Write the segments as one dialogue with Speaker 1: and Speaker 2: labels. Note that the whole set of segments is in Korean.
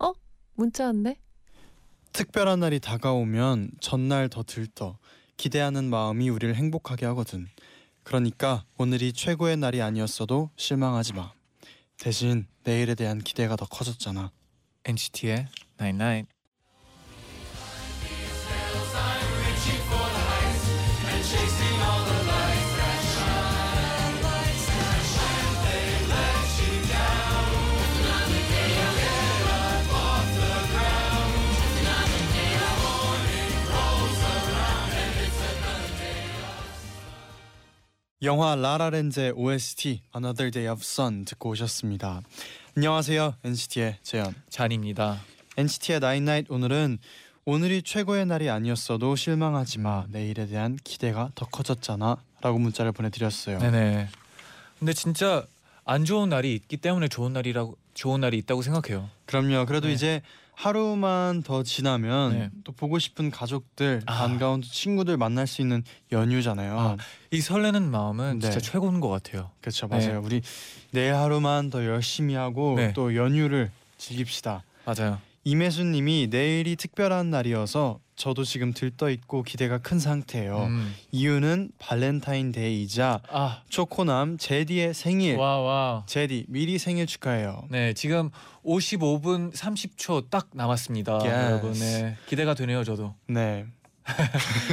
Speaker 1: 어? 문자 왔네?
Speaker 2: 특별한 날이 다가오면 전날 더 들떠 기대하는 마음이 우리를 행복하게 하거든. 그러니까 오늘이 최고의 날이 아니었어도 실망하지 마. 대신 내일에 대한 기대가 더 커졌잖아.
Speaker 3: NCT의 Night Night.
Speaker 2: 영화 라라랜드의 OST Another Day of Sun 듣고 오셨습니다. 안녕하세요. NCT의 재현.
Speaker 3: 잔입니다.
Speaker 2: NCT의 Nine Night 오늘은 오늘이 최고의 날이 아니었어도 실망하지 마. 내일에 대한 기대가 더 커졌잖아. 라고 문자를 보내드렸어요.
Speaker 3: 네네. 근데 진짜 안 좋은 날이 있기 때문에 좋은 날이라고 좋은 날이 있다고 생각해요.
Speaker 2: 그럼요. 그래도
Speaker 3: 네.
Speaker 2: 이제 하루만 더 지나면
Speaker 3: 네.
Speaker 2: 또 보고 싶은 가족들,
Speaker 3: 아.
Speaker 2: 반가운 친구들 만날 수 있는 연휴잖아요.
Speaker 3: 아. 이 설레는 마음은
Speaker 2: 네.
Speaker 3: 진짜 최고인 것 같아요.
Speaker 2: 그렇죠,
Speaker 3: 네.
Speaker 2: 맞아요. 우리 내일 하루만 더 열심히 하고
Speaker 3: 네.
Speaker 2: 또 연휴를 즐깁시다.
Speaker 3: 맞아요.
Speaker 2: 임혜수님이 내일이 특별한 날이어서 저도 지금 들떠 있고 기대가 큰 상태예요.
Speaker 3: 음.
Speaker 2: 이유는 발렌타인데이이자
Speaker 3: 아,
Speaker 2: 초코남 제디의 생일.
Speaker 3: 와 와.
Speaker 2: 제디 미리 생일 축하해요.
Speaker 3: 네, 지금 55분 30초 딱 남았습니다.
Speaker 2: Yes.
Speaker 3: 여러분, 네, 기대가 되네요, 저도.
Speaker 2: 네,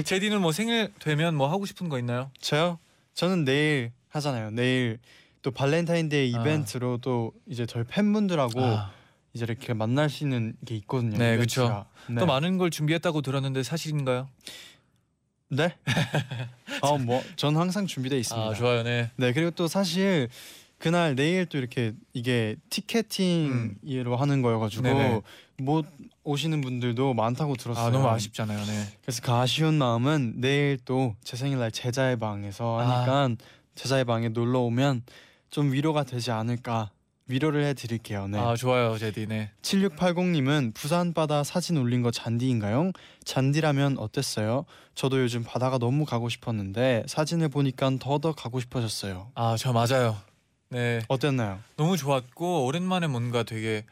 Speaker 3: 제디는 뭐 생일 되면 뭐 하고 싶은 거 있나요?
Speaker 2: 저요? 저는 내일 하잖아요. 내일 또 발렌타인데이
Speaker 3: 아.
Speaker 2: 이벤트로 또 이제 저희 팬분들하고
Speaker 3: 아,
Speaker 2: 이제 이렇게 만날 수 있는 게 있거든요.
Speaker 3: 네,
Speaker 2: 이벤트가. 네.
Speaker 3: 또 많은 걸 준비했다고 들었는데 사실인가요?
Speaker 2: 네? 아, 뭐, 전 항상 준비돼 있습니다.
Speaker 3: 아, 좋아요, 네.
Speaker 2: 네, 그리고 또 사실 그날 내일 또 이렇게 이게 티켓팅으로 하는 거여가지고
Speaker 3: 음. 네네.
Speaker 2: 못 오시는 분들도 많다고 들었어요.
Speaker 3: 아, 너무 아쉽잖아요, 네.
Speaker 2: 그래서 그 아쉬운 마음은 내일 또 제 생일날 제자의 방에서
Speaker 3: 아.
Speaker 2: 하니까 제자의 방에 놀러 오면 좀 위로가 되지 않을까 위로를 해드릴게요. 네.
Speaker 3: 아, 좋아요, 제디, 네.
Speaker 2: 7680님은 부산 바다 사진 올린 거 잔디인가요? 잔디라면 어땠어요? 저도 요즘 바다가 너무 가고 싶었는데 사진을 보니까 더더 가고 싶어졌어요.
Speaker 3: 아, 저 맞아요. 네,
Speaker 2: 어땠나요?
Speaker 3: 너무 좋았고 오랜만에 뭔가 되게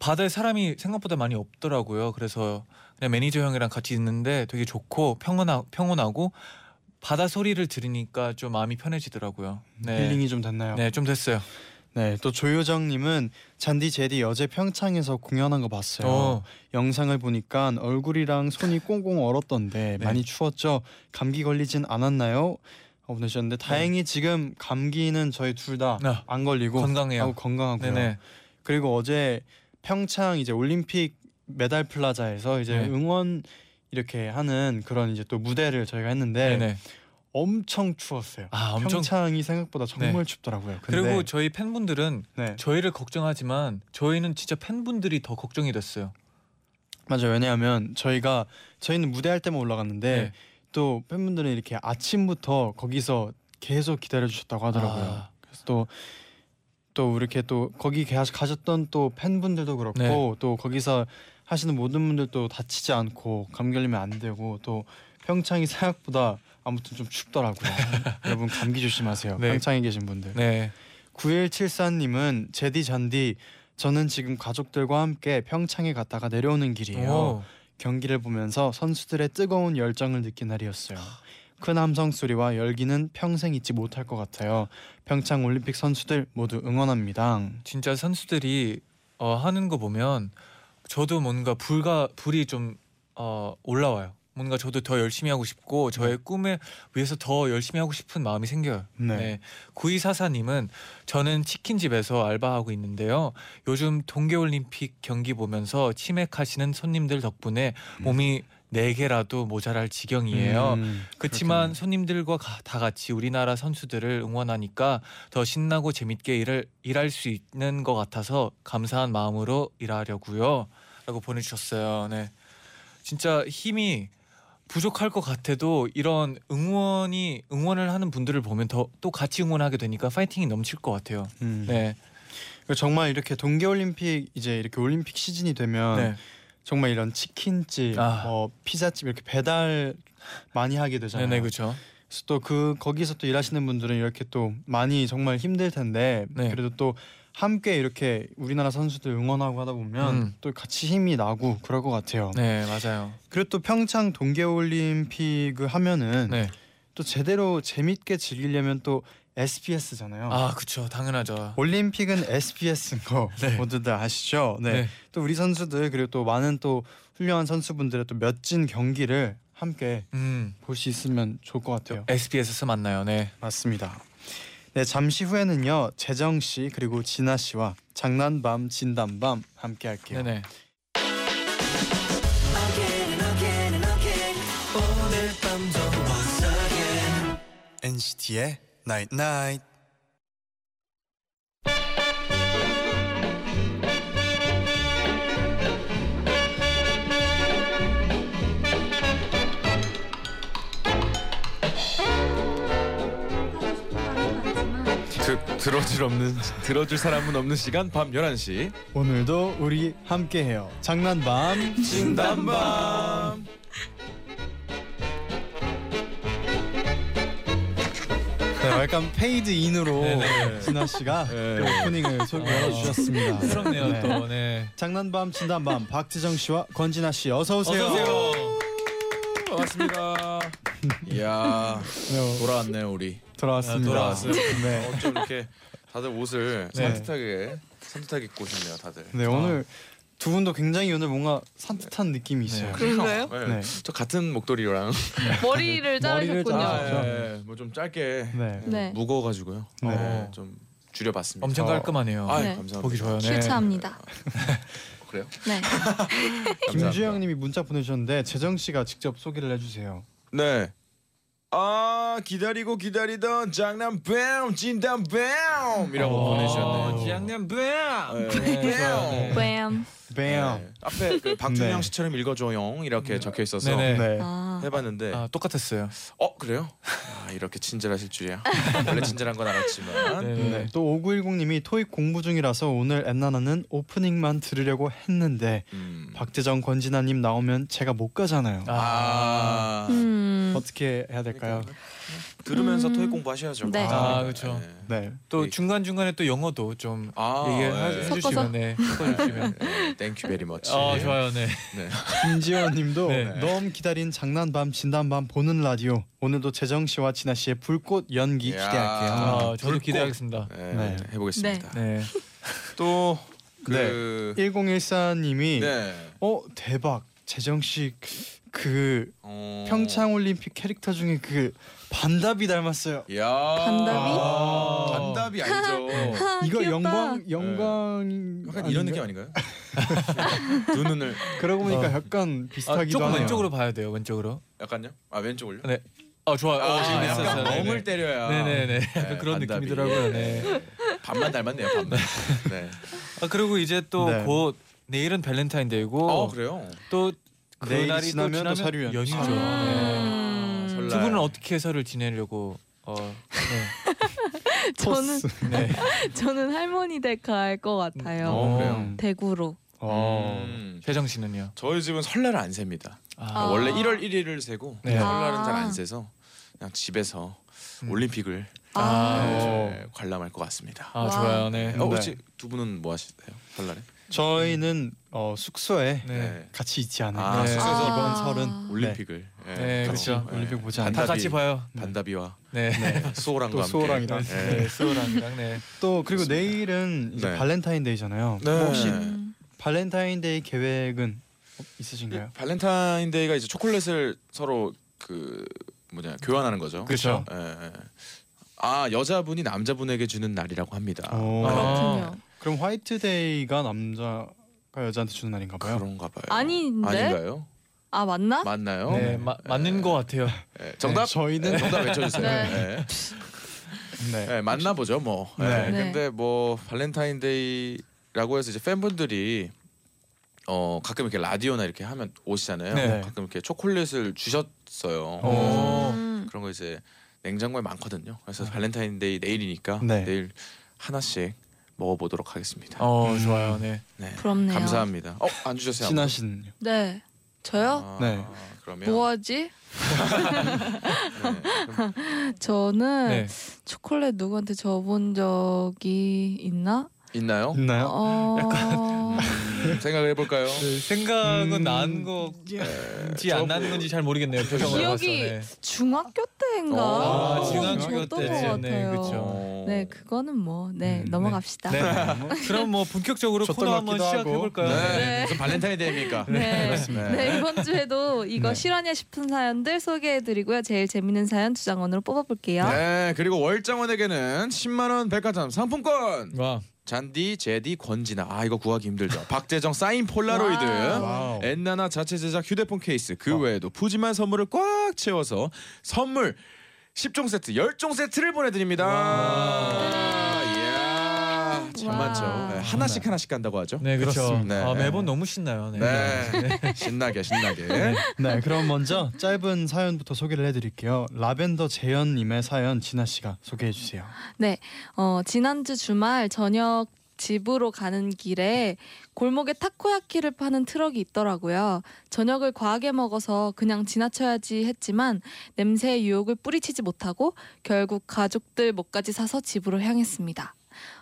Speaker 3: 바다에 사람이 생각보다 많이 없더라고요. 그래서 그냥 매니저 형이랑 같이 있는데 되게 좋고 평온하, 평온하고 바다 소리를 들으니까 좀 마음이 편해지더라고요. 네.
Speaker 2: 힐링이 좀 됐나요?
Speaker 3: 네, 좀 됐어요.
Speaker 2: 네, 또 조효정님은 잔디 제디 어제 평창에서 공연한 거 봤어요.
Speaker 3: 어,
Speaker 2: 영상을 보니까 얼굴이랑 손이 꽁꽁 얼었던데
Speaker 3: 네.
Speaker 2: 많이 추웠죠? 감기 걸리진 않았나요? 어, 보내셨는데 다행히 지금 감기는 저희 둘 다 안
Speaker 3: 나
Speaker 2: 걸리고
Speaker 3: 네. 아, 건강해요.
Speaker 2: 하고 건강하고요.
Speaker 3: 네. 네네.
Speaker 2: 그리고 어제 평창 이제 올림픽 메달 플라자에서 이제
Speaker 3: 네.
Speaker 2: 응원 이렇게 하는 그런 이제 또 무대를 저희가 했는데
Speaker 3: 네네.
Speaker 2: 엄청 추웠어요.
Speaker 3: 아, 엄청 네.
Speaker 2: 평창이 생각보다 정말 춥더라고요. 근데
Speaker 3: 그리고 저희 팬분들은
Speaker 2: 네.
Speaker 3: 저희를 걱정하지만 저희는 진짜 팬분들이 더 걱정이 됐어요.
Speaker 2: 맞아요. 왜냐하면 저희가 저희는 무대할 때만 올라갔는데
Speaker 3: 네.
Speaker 2: 또 팬분들은 이렇게 아침부터 거기서 계속 기다려 주셨다고 하더라고요.
Speaker 3: 아.
Speaker 2: 그래서 또 또 이렇게 또 거기 가- 가셨던 또 팬분들도 그렇고
Speaker 3: 네.
Speaker 2: 또 거기서 하시는 모든 분들도 다치지 않고 감기 걸리면 안 되고 또 평창이 생각보다 아무튼 좀 춥더라고요. 여러분 감기 조심하세요.
Speaker 3: 네.
Speaker 2: 평창에 계신 분들.
Speaker 3: 네.
Speaker 2: 9174님은 제디 잔디 저는 지금 가족들과 함께 평창에 갔다가 내려오는 길이에요.
Speaker 3: 오.
Speaker 2: 경기를 보면서 선수들의 뜨거운 열정을 느낀 날이었어요. 큰 함성 소리와 열기는 평생 잊지 못할 것 같아요. 평창 올림픽 선수들 모두 응원합니다.
Speaker 3: 진짜 선수들이 어, 하는 거 보면 저도 뭔가 불가 불이 좀 어, 올라와요. 뭔가 저도 더 열심히 하고 싶고 저의 꿈에 위해서 더 열심히 하고 싶은 마음이 생겨요.
Speaker 2: 네.
Speaker 3: 네. 구이사사님은 저는 치킨집에서 알바하고 있는데요. 요즘 동계올림픽 경기 보면서 치맥하시는 손님들 덕분에 몸이 네 개라도 모자랄 지경이에요.
Speaker 2: 음,
Speaker 3: 그렇지만
Speaker 2: 그렇겠네요.
Speaker 3: 손님들과 가- 다 같이 우리나라 선수들을 응원하니까 더 신나고 재밌게 일을 일할 수 있는 것 같아서 감사한 마음으로 일하려고요. 라고 보내주셨어요. 네. 진짜 힘이 부족할 것 같아도 이런 응원이 응원을 하는 분들을 보면 더 또 같이 응원하게 되니까 파이팅이 넘칠 것 같아요.
Speaker 2: 음.
Speaker 3: 네.
Speaker 2: 그리고 정말 이렇게 동계올림픽 이제 이렇게 올림픽 시즌이 되면
Speaker 3: 네.
Speaker 2: 정말 이런 치킨집,
Speaker 3: 아.
Speaker 2: 뭐 피자집 이렇게 배달 많이 하게 되잖아요.
Speaker 3: 네네 그렇죠.
Speaker 2: 그래서 또 그 거기서 또 일하시는 분들은 이렇게 또 많이 정말 힘들 텐데
Speaker 3: 네.
Speaker 2: 그래도 또 함께 이렇게 우리나라 선수들 응원하고 하다 보면
Speaker 3: 음.
Speaker 2: 또 같이 힘이 나고 그럴 것 같아요.
Speaker 3: 네 맞아요.
Speaker 2: 그리고 또 평창 동계올림픽을 하면은
Speaker 3: 네.
Speaker 2: 또 제대로 재밌게 즐기려면 또 SBS잖아요.
Speaker 3: 아 그렇죠. 당연하죠.
Speaker 2: 올림픽은 SBS인 거
Speaker 3: 네.
Speaker 2: 모두들 아시죠? 네.
Speaker 3: 네.
Speaker 2: 또 우리 선수들 그리고 또 많은 또 훌륭한 선수분들의 또 멋진 경기를 함께
Speaker 3: 음.
Speaker 2: 볼 수 있으면 좋을 것 같아요.
Speaker 3: SBS에서 만나요. 네.
Speaker 2: 맞습니다. 네 잠시 후에는요 재정 씨 그리고 진아 씨와 장난밤 진담밤 함께 할게요.
Speaker 3: 네네.
Speaker 4: Again and again and again 오늘 밤도 once again
Speaker 5: 네. NCT의 Night Night.
Speaker 6: 드, 들어줄 없는 들어줄 사람은 없는 시간 밤 11시
Speaker 2: 오늘도 우리 함께해요. 장난밤
Speaker 6: 진단밤
Speaker 2: 네, 약간 페이드 인으로
Speaker 3: 네네. 아.
Speaker 2: 진아 씨가
Speaker 6: 네.
Speaker 2: 이렇게 오프닝을 소- 열어주셨습니다.
Speaker 3: 부럽네요
Speaker 2: 네.
Speaker 3: 또. 네.
Speaker 2: 장난밤 진담밤 박지정 씨와 권진아 씨 어서 오세요.
Speaker 3: 어서 오세요.
Speaker 6: 반갑습니다 이야
Speaker 2: 네,
Speaker 6: 돌아왔네요 우리
Speaker 2: 돌아왔습니다.
Speaker 3: 아, 돌아왔어요.
Speaker 2: 네.
Speaker 6: 어쩜 이렇게 다들 옷을
Speaker 3: 네.
Speaker 6: 산뜻하게 산뜻하게 입고 오셨네요 다들
Speaker 2: 네 오늘 두 분도 굉장히 오늘 뭔가 산뜻한 느낌이 있어요.
Speaker 1: 그런가요?
Speaker 6: 네.
Speaker 2: 네.
Speaker 6: 저 같은 목도리랑 아, 예.
Speaker 1: 머리를 자르셨군요.
Speaker 2: 자르- 그렇죠.
Speaker 6: 뭐좀 짧게
Speaker 2: 네.
Speaker 1: 네.
Speaker 6: 무거워가지고
Speaker 2: 네.
Speaker 6: 네, 좀 줄여봤습니다
Speaker 3: 엄청
Speaker 2: 저-
Speaker 3: 깔끔하네요.
Speaker 6: 아
Speaker 7: 네.
Speaker 6: 감사합니다 어,
Speaker 3: 보기 좋아요. 네.
Speaker 7: 실차합니다.
Speaker 6: 그래요?
Speaker 7: 네.
Speaker 6: 감사합니다.
Speaker 2: 김주영님이 문자 보내주셨는데 재정 씨가 직접 소개를 해주세요.
Speaker 6: 네. 아 기다리고 기다리던 장난뱀 진담뱀 이라고 보내주셨네요.
Speaker 3: 어. 장난뱀.
Speaker 6: 네, 좋아요. 네.
Speaker 7: 뱀.
Speaker 2: 뱀.
Speaker 6: 네. 앞에 그 박준영
Speaker 2: 네.
Speaker 6: 씨처럼 읽어줘용 이렇게 적혀 있어서
Speaker 3: 음. 네네.
Speaker 2: 네.
Speaker 7: 아.
Speaker 6: 해봤는데
Speaker 3: 아 똑같았어요.
Speaker 6: 어 그래요? 아, 이렇게 친절하실 줄이야. 원래 친절한 건 알았지만
Speaker 3: 네.
Speaker 2: 네. 또 5910님이 토익 공부 중이라서 오늘 엔나나는 오프닝만 들으려고 했는데
Speaker 6: 음.
Speaker 2: 박재정 권진아님 나오면 제가 못 가잖아요.
Speaker 3: 아,
Speaker 6: 아
Speaker 7: 음.
Speaker 2: 어떻게 해야 될까요?
Speaker 6: 들으면서
Speaker 7: 음.
Speaker 6: 토익 공부하셔야죠.
Speaker 7: 네.
Speaker 3: 아, 그쵸.
Speaker 6: 네.
Speaker 2: 네.
Speaker 3: 또 중간 중간에 또 영어도 좀
Speaker 6: 아
Speaker 3: 얘기해
Speaker 7: 섞어서.
Speaker 3: 주시면 네. 섞어주시면.
Speaker 6: 땡큐 베리 머치.
Speaker 3: 아 좋아요. 네.
Speaker 6: 네.
Speaker 2: 김지원님도
Speaker 3: 네.
Speaker 2: 너무 기다린 장난밤 진담밤 보는 라디오 오늘도 재정 씨와 진아 씨의 불꽃 연기
Speaker 6: 야.
Speaker 2: 기대할게요.
Speaker 3: 아 저도
Speaker 6: 불꽃.
Speaker 3: 기대하겠습니다.
Speaker 6: 네,
Speaker 2: 네.
Speaker 6: 해보겠습니다.
Speaker 3: 네.
Speaker 6: 또그
Speaker 2: 1014님이
Speaker 6: 네.
Speaker 2: 어 대박 재정 씨그
Speaker 6: 어.
Speaker 2: 평창 올림픽 캐릭터 중에 그 반답이 닮았어요.
Speaker 6: 야.
Speaker 7: 반답이?
Speaker 6: 아, 반답이 아니죠.
Speaker 7: 아,
Speaker 2: 이거
Speaker 7: 귀엽다.
Speaker 2: 영광 영광
Speaker 6: 약간 이런 느낌
Speaker 2: 아닌가요?
Speaker 6: 아닌가요? 두 눈을
Speaker 2: 그러고 보니까
Speaker 3: 어.
Speaker 2: 약간
Speaker 3: 아,
Speaker 2: 비슷하기도
Speaker 3: 조금
Speaker 2: 하네요.
Speaker 3: 왼쪽으로 봐야 돼요. 왼쪽으로.
Speaker 6: 약간요? 아 왼쪽 올려?
Speaker 3: 네. 아 좋아요. 어, 지금
Speaker 6: 약간
Speaker 3: 됐었어요. 네,
Speaker 6: 멍을
Speaker 3: 네.
Speaker 6: 때려야.
Speaker 3: 네네네. 약간
Speaker 6: 네,
Speaker 3: 그런
Speaker 6: 반답이.
Speaker 3: 느낌이더라고요. 네.
Speaker 6: 반만 닮았네요. 반만. 네.
Speaker 3: 아 그리고 이제 또
Speaker 2: 네.
Speaker 3: 곧 내일은 밸런타인데이고
Speaker 6: 어 그래요.
Speaker 3: 또
Speaker 2: 내일이
Speaker 3: 그날이
Speaker 2: 지나면
Speaker 3: 또
Speaker 2: 또
Speaker 3: 지나면
Speaker 2: 사류 연휴.
Speaker 3: 연휴죠. 네.
Speaker 6: 아,
Speaker 7: 음.
Speaker 6: 설날.
Speaker 3: 두 분은 어떻게 설을 지내려고 어 네.
Speaker 7: 저는
Speaker 3: 네.
Speaker 7: 저는 할머니 댁 갈 것 같아요.
Speaker 6: 어, 그래요?
Speaker 7: 대구로.
Speaker 2: 어.
Speaker 6: 음,
Speaker 3: 세정 씨는요?
Speaker 6: 저희 집은 설날을 안 셉니다.
Speaker 3: 아,
Speaker 6: 원래 1월 1일을 세고
Speaker 3: 네.
Speaker 6: 설날은
Speaker 7: 아.
Speaker 6: 잘 안 세서 그냥 집에서
Speaker 3: 음. 어.
Speaker 6: 올림픽을
Speaker 7: 아.
Speaker 6: 네, 관람할 것 같습니다.
Speaker 3: 아 좋아요. 네.
Speaker 6: 어,
Speaker 2: 네.
Speaker 6: 혹시 두 분은 뭐 하시나요? 설날에?
Speaker 2: 저희는 어, 숙소에
Speaker 3: 네.
Speaker 2: 같이 있지 않아요.
Speaker 6: 아,
Speaker 3: 네.
Speaker 7: 아.
Speaker 6: 숙소에서
Speaker 2: 이번 설은
Speaker 6: 올림픽을. 예,
Speaker 3: 네,
Speaker 6: 같이,
Speaker 3: 그렇죠.
Speaker 6: 예,
Speaker 2: 올림픽 보지 않-
Speaker 3: 다
Speaker 6: 반다비,
Speaker 3: 같이 봐요.
Speaker 6: 반다비와
Speaker 3: 네. 네.
Speaker 6: 수호랑과
Speaker 2: 또
Speaker 6: 함께.
Speaker 2: 수호랑이랑.
Speaker 6: 예.
Speaker 3: 네. 수호랑이랑 네.
Speaker 2: 또 그리고
Speaker 6: 그렇습니다.
Speaker 2: 내일은 이제
Speaker 6: 네.
Speaker 2: 발렌타인데이잖아요.
Speaker 6: 네.
Speaker 2: 혹시
Speaker 7: 음.
Speaker 2: 발렌타인데이 계획은 있으신가요?
Speaker 6: 발렌타인데이가 이제 초콜릿을 서로 그 뭐냐 교환하는 거죠.
Speaker 3: 그렇죠.
Speaker 6: 예, 예. 아 여자분이 남자분에게 주는 날이라고 합니다.
Speaker 2: 오.
Speaker 3: 아.
Speaker 7: 그렇군요.
Speaker 2: 그럼 화이트데이가 남자가 여자한테 주는 날인가 봐요.
Speaker 6: 그런가 봐요.
Speaker 7: 아닌데?
Speaker 6: 아닌가요?
Speaker 7: 아 맞나?
Speaker 6: 맞나요?
Speaker 2: 어.
Speaker 3: 네. 마, 맞는 것 같아요.
Speaker 6: 예, 정답.
Speaker 2: 네, 저희는
Speaker 6: 정답 외쳐주세요.
Speaker 7: 네.
Speaker 6: 네.
Speaker 2: 네.
Speaker 6: 네, 만나보죠 뭐. 네.
Speaker 2: 네.
Speaker 7: 네.
Speaker 6: 근데 뭐 발렌타인데이라고 해서 이제 팬분들이 어 가끔 이렇게 라디오나 이렇게 하면 오시잖아요.
Speaker 3: 네.
Speaker 6: 가끔 이렇게 초콜릿을 주셨어요.
Speaker 3: 오.
Speaker 7: 음.
Speaker 6: 그런 거 이제 냉장고에 많거든요. 그래서 발렌타인데이 내일이니까
Speaker 2: 네.
Speaker 6: 내일 하나씩 먹어보도록 하겠습니다.
Speaker 3: 어
Speaker 2: 음.
Speaker 3: 좋아요. 네.
Speaker 6: 네.
Speaker 7: 부럽네요.
Speaker 6: 감사합니다. 어안 주셨어요?
Speaker 2: 신하 씨는요?
Speaker 7: 네. 저요?
Speaker 6: 아,
Speaker 2: 네.
Speaker 6: 그러면
Speaker 7: 뭐 하지?
Speaker 6: 네. 그럼
Speaker 7: 저는
Speaker 3: 네.
Speaker 7: 초콜릿 누구한테 줘본 적이 있나?
Speaker 6: 있나요?
Speaker 2: 있나요?
Speaker 7: 어...
Speaker 6: 음, 생각을 해볼까요?
Speaker 3: 그 생각은
Speaker 2: 음.
Speaker 3: 나는 건지
Speaker 6: 저도-
Speaker 3: 안 나는 건지 잘 모르겠네요. 표정을 봐서.
Speaker 7: 기억이
Speaker 3: 네.
Speaker 7: 중학교 때인가?
Speaker 6: 아,
Speaker 7: 한번
Speaker 3: 어, 중학교
Speaker 7: 줬던
Speaker 3: 때.
Speaker 7: 것 같아요.
Speaker 3: 네, 그쵸.
Speaker 6: 어.
Speaker 7: 네, 그거는 뭐, 네,
Speaker 2: 음,
Speaker 7: 넘어갑시다.
Speaker 3: 네. 그럼 뭐 본격적으로
Speaker 2: 줬던
Speaker 3: 코너
Speaker 2: 것
Speaker 3: 한번
Speaker 2: 같기도 하고.
Speaker 3: 시작해 볼까요?
Speaker 6: 네.
Speaker 7: 네.
Speaker 6: 무슨 발렌타인데이입니까?
Speaker 7: 네.
Speaker 6: 그렇습니다.
Speaker 7: 네, 이번 주에도 이거
Speaker 2: 네.
Speaker 7: 실화냐 싶은 사연들 소개해드리고요. 제일 재밌는 사연 두 장원으로 뽑아볼게요.
Speaker 6: 네, 그리고 월장원에게는 10만 원 백화점 상품권.
Speaker 3: 와.
Speaker 6: 잔디, 제디, 권진아. 아 이거 구하기 힘들죠. 박재정 사인 폴라로이드.
Speaker 3: 어.
Speaker 2: 와우.
Speaker 3: 네,
Speaker 6: 엔나나 자체 제작 휴대폰 케이스. 그 외에도 푸짐한 선물을 꽉 채워서 선물 10종 세트, 10종 세트를 보내드립니다. 이야, 참
Speaker 7: 와.
Speaker 6: 많죠. 네, 하나씩 하나씩 간다고 하죠.
Speaker 3: 네, 그렇죠.
Speaker 6: 그렇습니다.
Speaker 3: 아,
Speaker 6: 네.
Speaker 3: 매번 너무 신나요. 네.
Speaker 6: 네, 신나게 신나게.
Speaker 2: 네, 그럼 먼저 짧은 사연부터 소개를 해드릴게요. 라벤더 재현님의 사연 진아 씨가 소개해 주세요.
Speaker 7: 어, 지난주 주말 저녁 집으로 가는 길에 골목에 타코야키를 파는 트럭이 있더라고요. 저녁을 과하게 먹어서 그냥 지나쳐야지 했지만 냄새의 유혹을 뿌리치지 못하고 결국 가족들 목까지 사서 집으로 향했습니다.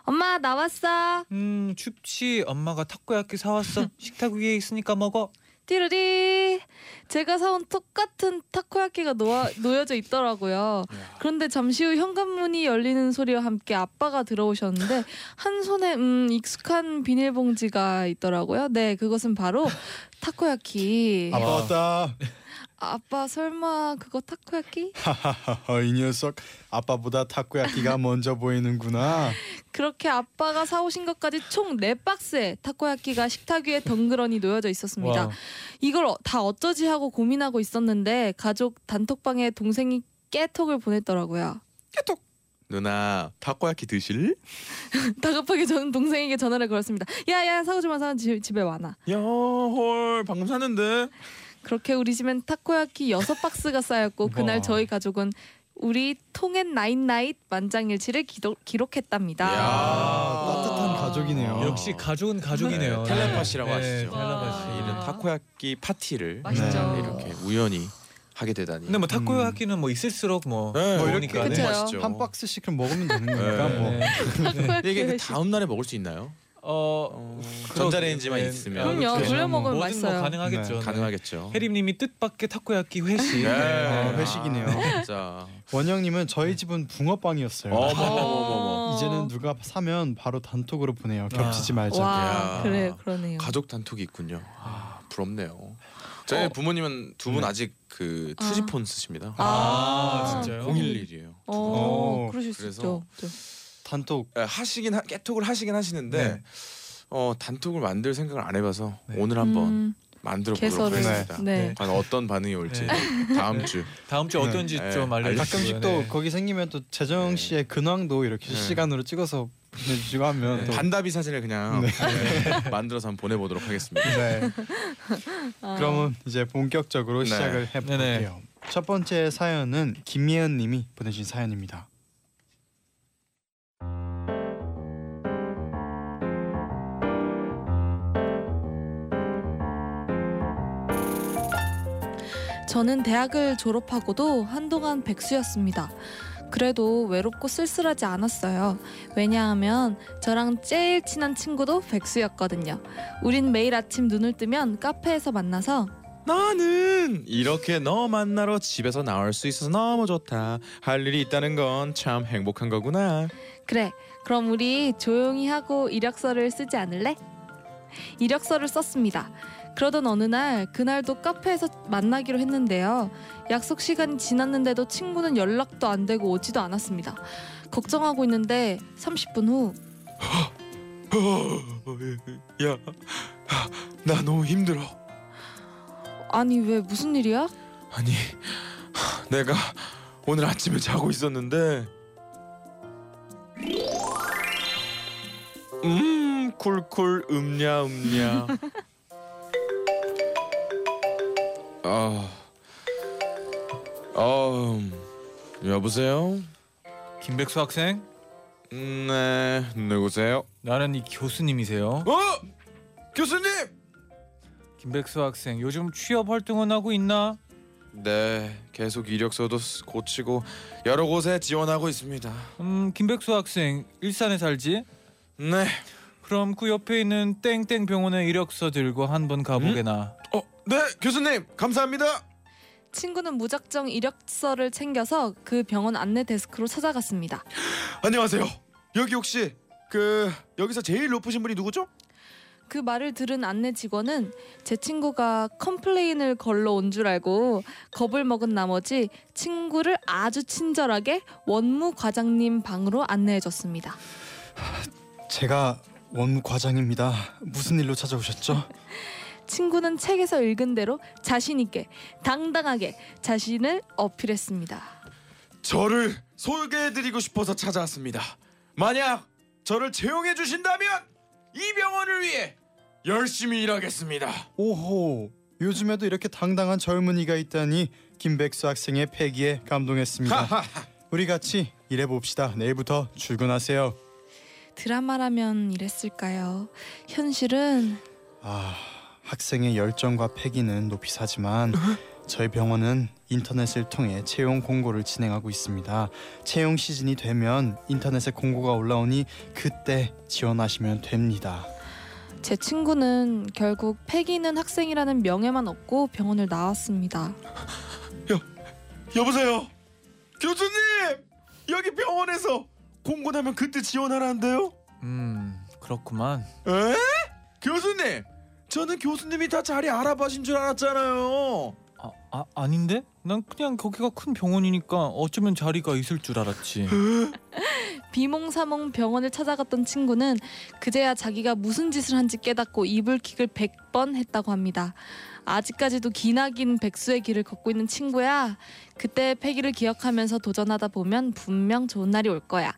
Speaker 7: 엄마 나왔어.
Speaker 3: 음, 춥지. 엄마가 타코야키 사왔어. 식탁 위에 있으니까 먹어.
Speaker 7: 띠르리. 제가 사온 똑같은 타코야키가 놓아, 놓여져 있더라고요. 그런데 잠시 후 현관문이 열리는 소리와 함께 아빠가 들어오셨는데 한 손에 음 익숙한 비닐봉지가 있더라고요. 네, 그것은 바로 타코야키.
Speaker 2: 아빠 왔다.
Speaker 7: 아빠 설마 그거 타코야키?
Speaker 2: 하하하, 이 녀석 아빠보다 타코야키가 먼저 보이는구나.
Speaker 7: 그렇게 아빠가 사오신 것까지 총 네박스의 타코야키가 식탁 위에 덩그러니 놓여져 있었습니다.
Speaker 3: 와.
Speaker 7: 이걸 어- 다 어쩌지 하고 고민하고 있었는데 가족 단톡방에 동생이 깨톡을 보냈더라고요.
Speaker 6: 누나 타코야키 드실?
Speaker 7: 다급하게 저는 동생에게 전화를 걸었습니다. 야야 사고 좀 마사 집, 집에 와나.
Speaker 6: 야, 헐 방금 샀는데.
Speaker 7: 그렇게 우리 집엔 타코야키 여섯 박스가 쌓였고 그날
Speaker 3: 와.
Speaker 7: 저희 가족은 우리 통엔 나잇나잇 만장일치를 기도, 기록했답니다.
Speaker 6: 야,
Speaker 2: 따뜻한 가족이네요.
Speaker 3: 역시 가족은 가족이네요.
Speaker 6: 어. 네, 텔레파시라고
Speaker 3: 네, 텔레파시.
Speaker 6: 하시죠.
Speaker 7: 와.
Speaker 6: 아, 이런 타코야키 파티를
Speaker 1: 맛있죠.
Speaker 6: 네, 이렇게 우연히 하게 되다니.
Speaker 3: 근데 뭐 타코야키는 뭐 있을수록 뭐
Speaker 6: 네, 뭐 이렇게
Speaker 3: 좋으니까.
Speaker 7: 그쵸.
Speaker 3: 네.
Speaker 6: 맛있죠.
Speaker 2: 한 박스씩 그럼 먹으면 되는 거니까
Speaker 6: 네.
Speaker 2: 뭐.
Speaker 3: 네.
Speaker 7: 타코야키
Speaker 6: 근데 이게 그
Speaker 7: 회식.
Speaker 6: 다음 날에 먹을 수 있나요?
Speaker 3: 어,
Speaker 6: 전자레인지만
Speaker 3: 네.
Speaker 6: 있으면.
Speaker 7: 그럼요.
Speaker 6: 그렇죠.
Speaker 7: 돌려 먹으면
Speaker 3: 뭐든 뭐
Speaker 7: 맛있어요.
Speaker 3: 가능하겠죠. 네.
Speaker 6: 가능하겠죠.
Speaker 3: 해림님이 뜻밖의 타코야키 회식.
Speaker 6: 네.
Speaker 2: 아,
Speaker 3: 네.
Speaker 2: 회식이네요.
Speaker 6: 아, 진짜.
Speaker 2: 원영님은 저희 집은 붕어빵이었어요.
Speaker 6: 어머, 어머, 어머.
Speaker 7: 어.
Speaker 2: 이제는 누가 사면 바로 단톡으로 보내요. 겹치지 말자.
Speaker 7: 와
Speaker 6: 야.
Speaker 7: 그래 그러네요.
Speaker 6: 가족 단톡이 있군요. 아, 부럽네요. 저희 부모님은 두 분
Speaker 2: 네.
Speaker 6: 아직 그
Speaker 7: 어? 아.
Speaker 6: 투지폰 쓰십니다.
Speaker 3: 아, 진짜요?
Speaker 6: 011이에요.
Speaker 7: 어,
Speaker 2: 어,
Speaker 7: 그러실 수
Speaker 6: 그래서-
Speaker 7: 있죠. 좀.
Speaker 2: 단톡.
Speaker 6: 네, 하시긴 하, 깨톡을 하시긴 하시는데
Speaker 3: 네.
Speaker 6: 어, 단톡을 만들 생각을 안 해봐서
Speaker 3: 네.
Speaker 6: 오늘 한번
Speaker 7: 음,
Speaker 6: 만들어 보도록
Speaker 7: 개설을
Speaker 6: 하겠습니다.
Speaker 7: 네.
Speaker 3: 네.
Speaker 6: 과연 어떤 반응이 올지 다음 주.
Speaker 3: 다음 주 어떤지
Speaker 6: 네.
Speaker 3: 좀
Speaker 6: 네.
Speaker 3: 알려주시고요.
Speaker 2: 가끔씩 또 거기 생기면 또 재정
Speaker 6: 네.
Speaker 2: 씨의 근황도 이렇게
Speaker 6: 네.
Speaker 2: 실시간으로 찍어서 보내주시고 하면 또
Speaker 6: 반다비 사진을 그냥 네, 만들어서 한번 보내보도록 하겠습니다.
Speaker 2: 네.
Speaker 7: 아.
Speaker 2: 그러면 이제 본격적으로
Speaker 6: 네.
Speaker 2: 시작을 해볼게요.
Speaker 3: 네네.
Speaker 2: 첫 번째 사연은 김예은님이 보내주신 사연입니다.
Speaker 7: 저는 대학을 졸업하고도 한동안 백수였습니다. 그래도 외롭고 쓸쓸하지 않았어요. 왜냐하면 저랑 제일 친한 친구도 백수였거든요. 우린 매일 아침 눈을 뜨면 카페에서 만나서
Speaker 6: 나는 이렇게 너 만나러 집에서 나올 수 있어서 너무 좋다. 할 일이 있다는 건 참 행복한 거구나.
Speaker 7: 그래, 그럼 우리 조용히 하고 이력서를 쓰지 않을래? 이력서를 썼습니다. 그러던 어느 날 그날도 카페에서 만나기로 했는데요. 약속 시간이 지났는데도 친구는 연락도 안 되고 오지도 않았습니다. 걱정하고 있는데 30분 후
Speaker 6: 야, 나 너무 힘들어.
Speaker 7: 아니 왜 무슨 일이야?
Speaker 6: 아니, 내가 오늘 아침에 자고 있었는데, 음, 쿨쿨 음냐 음냐. 아, 어, 여보세요. 네.
Speaker 3: 김백수 학생,
Speaker 6: 음, 네, 누구세요?
Speaker 3: 나는 이 교수님이세요.
Speaker 6: 어, 교수님.
Speaker 3: 김백수 학생, 요즘 취업 활동은 하고 있나?
Speaker 6: 네, 계속 이력서도 쓰- 고치고 여러 곳에 지원하고 있습니다.
Speaker 3: 음, 김백수 학생, 일산에 살지?
Speaker 6: 네,
Speaker 3: 그럼 그 옆에 있는 땡땡 병원에 이력서 들고 한번 가보게나.
Speaker 6: 어, 네, 교수님 감사합니다.
Speaker 7: 친구는 무작정 이력서를 챙겨서 그 병원 안내 데스크로 찾아갔습니다.
Speaker 6: 안녕하세요. 여기 혹시 그 여기서 제일 높으신 분이 누구죠?
Speaker 7: 그 말을 들은 안내 직원은 제 친구가 컴플레인을 걸러 온 줄 알고 겁을 먹은 나머지 친구를 아주 친절하게 원무 과장님 방으로 안내해 줬습니다.
Speaker 2: 제가 원무 과장입니다. 무슨 일로 찾아오셨죠?
Speaker 7: 친구는 책에서 읽은 대로 자신 있게 당당하게 자신을 어필했습니다.
Speaker 6: 저를 소개해드리고 싶어서 찾아왔습니다. 만약 저를 채용해 주신다면 이 병원을 위해 열심히 일하겠습니다.
Speaker 2: 오호. 요즘에도 이렇게 당당한 젊은이가 있다니 김백수 학생의 패기에 감동했습니다. 우리 같이 일해 봅시다. 내일부터 출근하세요.
Speaker 7: 드라마라면 이랬을까요? 현실은
Speaker 2: 아, 학생의 열정과 패기는 높이 사지만 저희 병원은 인터넷을 통해 채용 공고를 진행하고 있습니다. 채용 시즌이 되면 인터넷에 공고가 올라오니 그때 지원하시면 됩니다.
Speaker 7: 제 친구는 결국 패기는 학생이라는 명예만 얻고 병원을 나왔습니다.
Speaker 6: 여보세요, 교수님 여기 병원에서 공고 나면 그때 지원하라는데요.
Speaker 3: 음, 그렇구만.
Speaker 6: 에? 교수님 저는 교수님이 다 자리 알아봐신 줄 알았잖아요.
Speaker 3: 아, 아 아닌데? 난 그냥 거기가 큰 병원이니까 어쩌면 자리가 있을 줄 알았지.
Speaker 7: 비몽사몽 병원을 찾아갔던 친구는 그제야 자기가 무슨 짓을 한지 깨닫고 이불킥을 100번 했다고 합니다. 아직까지도 기나긴 백수의 길을 걷고 있는 친구야. 그때 패기를 기억하면서 도전하다 보면 분명 좋은 날이 올 거야.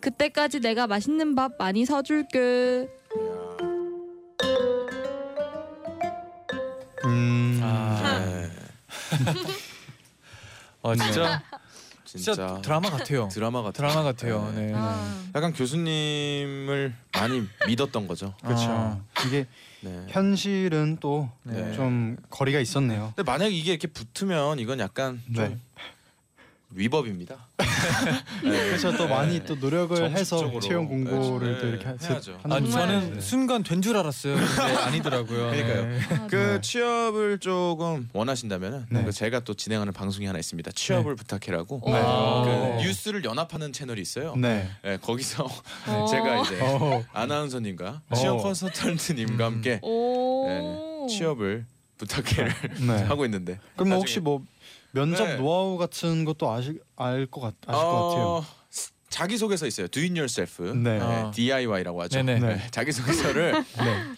Speaker 7: 그때까지 내가 맛있는 밥 많이 사줄게.
Speaker 2: 음.
Speaker 3: 아, 아 진짜 진짜, 드라마 같아요.
Speaker 6: 드라마 같아.
Speaker 3: 드라마 같아요. 네.
Speaker 6: 약간 교수님을 많이 믿었던 거죠.
Speaker 2: 그렇죠.
Speaker 3: 아.
Speaker 2: 이게
Speaker 6: 네.
Speaker 2: 현실은 또
Speaker 3: 네.
Speaker 2: 좀 거리가 있었네요.
Speaker 6: 근데 만약 이게 이렇게 붙으면 이건 약간 좀
Speaker 2: 네.
Speaker 6: 위법입니다. 네.
Speaker 2: 그래서 또 많이 또 노력을 해서
Speaker 6: 정식적으로.
Speaker 2: 채용 공고를
Speaker 6: 네,
Speaker 2: 또 이렇게
Speaker 6: 네, 해야죠.
Speaker 2: 하는
Speaker 3: 아니
Speaker 7: 정말.
Speaker 3: 저는
Speaker 2: 네.
Speaker 3: 순간 된 줄 알았어요. 근데 아니더라고요.
Speaker 6: 그러니까요.
Speaker 3: 네.
Speaker 6: 그 취업을 조금 원하신다면
Speaker 2: 네.
Speaker 6: 은그 제가 또 진행하는 방송이 하나 있습니다. 취업을 부탁해라고
Speaker 2: 네.
Speaker 3: 아.
Speaker 6: 그 뉴스를 연합하는 채널이 있어요.
Speaker 2: 네.
Speaker 6: 네, 거기서
Speaker 7: 어.
Speaker 6: 제가 이제
Speaker 2: 어.
Speaker 6: 아나운서님과
Speaker 2: 어.
Speaker 6: 취업 컨설턴트님과
Speaker 3: 음.
Speaker 6: 함께
Speaker 7: 오.
Speaker 6: 네. 취업을 부탁해를
Speaker 2: 네.
Speaker 6: 하고 있는데
Speaker 2: 그럼
Speaker 6: 나중에-
Speaker 2: 혹시 뭐 면접
Speaker 6: 네.
Speaker 2: 노하우 같은 것도 아실 알것 같, 아실 것 같아요.
Speaker 6: 어, 자기 소개서 있어요. Do it yourself.
Speaker 2: 네.
Speaker 3: 아.
Speaker 6: DIY라고 하죠.
Speaker 3: 네네.
Speaker 2: 네.
Speaker 6: 자기 소개서를
Speaker 2: 네.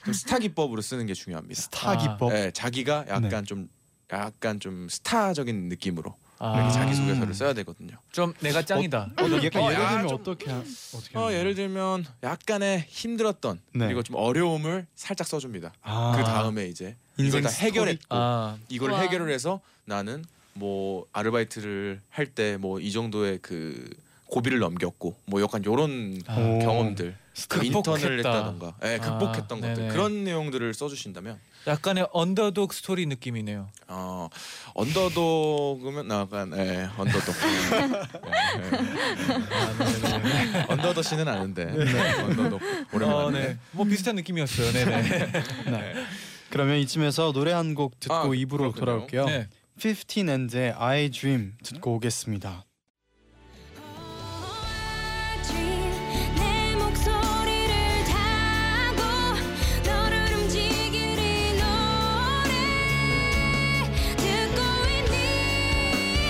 Speaker 6: 좀 스타 기법으로 쓰는 게 중요합니다.
Speaker 2: 스타
Speaker 3: 아.
Speaker 2: 기법. 네.
Speaker 6: 예, 자기가 약간 좀 약간 좀 스타적인 느낌으로
Speaker 3: 아,
Speaker 6: 이렇게 자기 소개서를 써야 되거든요.
Speaker 3: 좀 내가 짱이다.
Speaker 2: 어, 약간
Speaker 6: 어,
Speaker 2: 예를
Speaker 6: 야,
Speaker 2: 들면
Speaker 6: 좀-
Speaker 2: 어떻게 하, 어떻게
Speaker 6: 어,
Speaker 2: 하는
Speaker 6: 예를
Speaker 2: 거예요?
Speaker 6: 들면 약간의 힘들었던
Speaker 2: 네.
Speaker 6: 그리고 좀 어려움을 살짝 써줍니다.
Speaker 2: 아.
Speaker 6: 그 다음에 이제 이걸
Speaker 2: 인생
Speaker 6: 다
Speaker 2: 스토리.
Speaker 6: 해결했고
Speaker 3: 아,
Speaker 6: 이걸
Speaker 7: 우와.
Speaker 6: 해결을 해서 나는 뭐 아르바이트를 할 때 뭐 이 정도의 그 고비를 넘겼고 뭐 약간 요런
Speaker 3: 아,
Speaker 2: 오.
Speaker 6: 경험들 그 인턴을
Speaker 3: 극복했다.
Speaker 6: 했다던가 예, 극복했던
Speaker 3: 아,
Speaker 6: 것들
Speaker 3: 네네.
Speaker 6: 그런 내용들을 써주신다면
Speaker 3: 약간의 언더독 스토리 느낌이네요.
Speaker 6: 어 언더독이면 나 약간 예 언더독 예,
Speaker 2: 네.
Speaker 6: 언더더씨는 아는데 언더독
Speaker 3: 네. 어,
Speaker 6: 오랜만에
Speaker 3: 네. 뭐 비슷한 느낌이었어요. 네네.
Speaker 2: 네. 그러면 이쯤에서 노래 한 곡 듣고
Speaker 6: 아,
Speaker 2: 입으로
Speaker 6: 그렇군요.
Speaker 2: 돌아올게요.
Speaker 3: 네.
Speaker 2: 15 and I Dream
Speaker 6: 네.
Speaker 2: 듣고 오겠습니다.
Speaker 8: 내 목소리를 타고 너를 움직일 이 노래 듣고 있니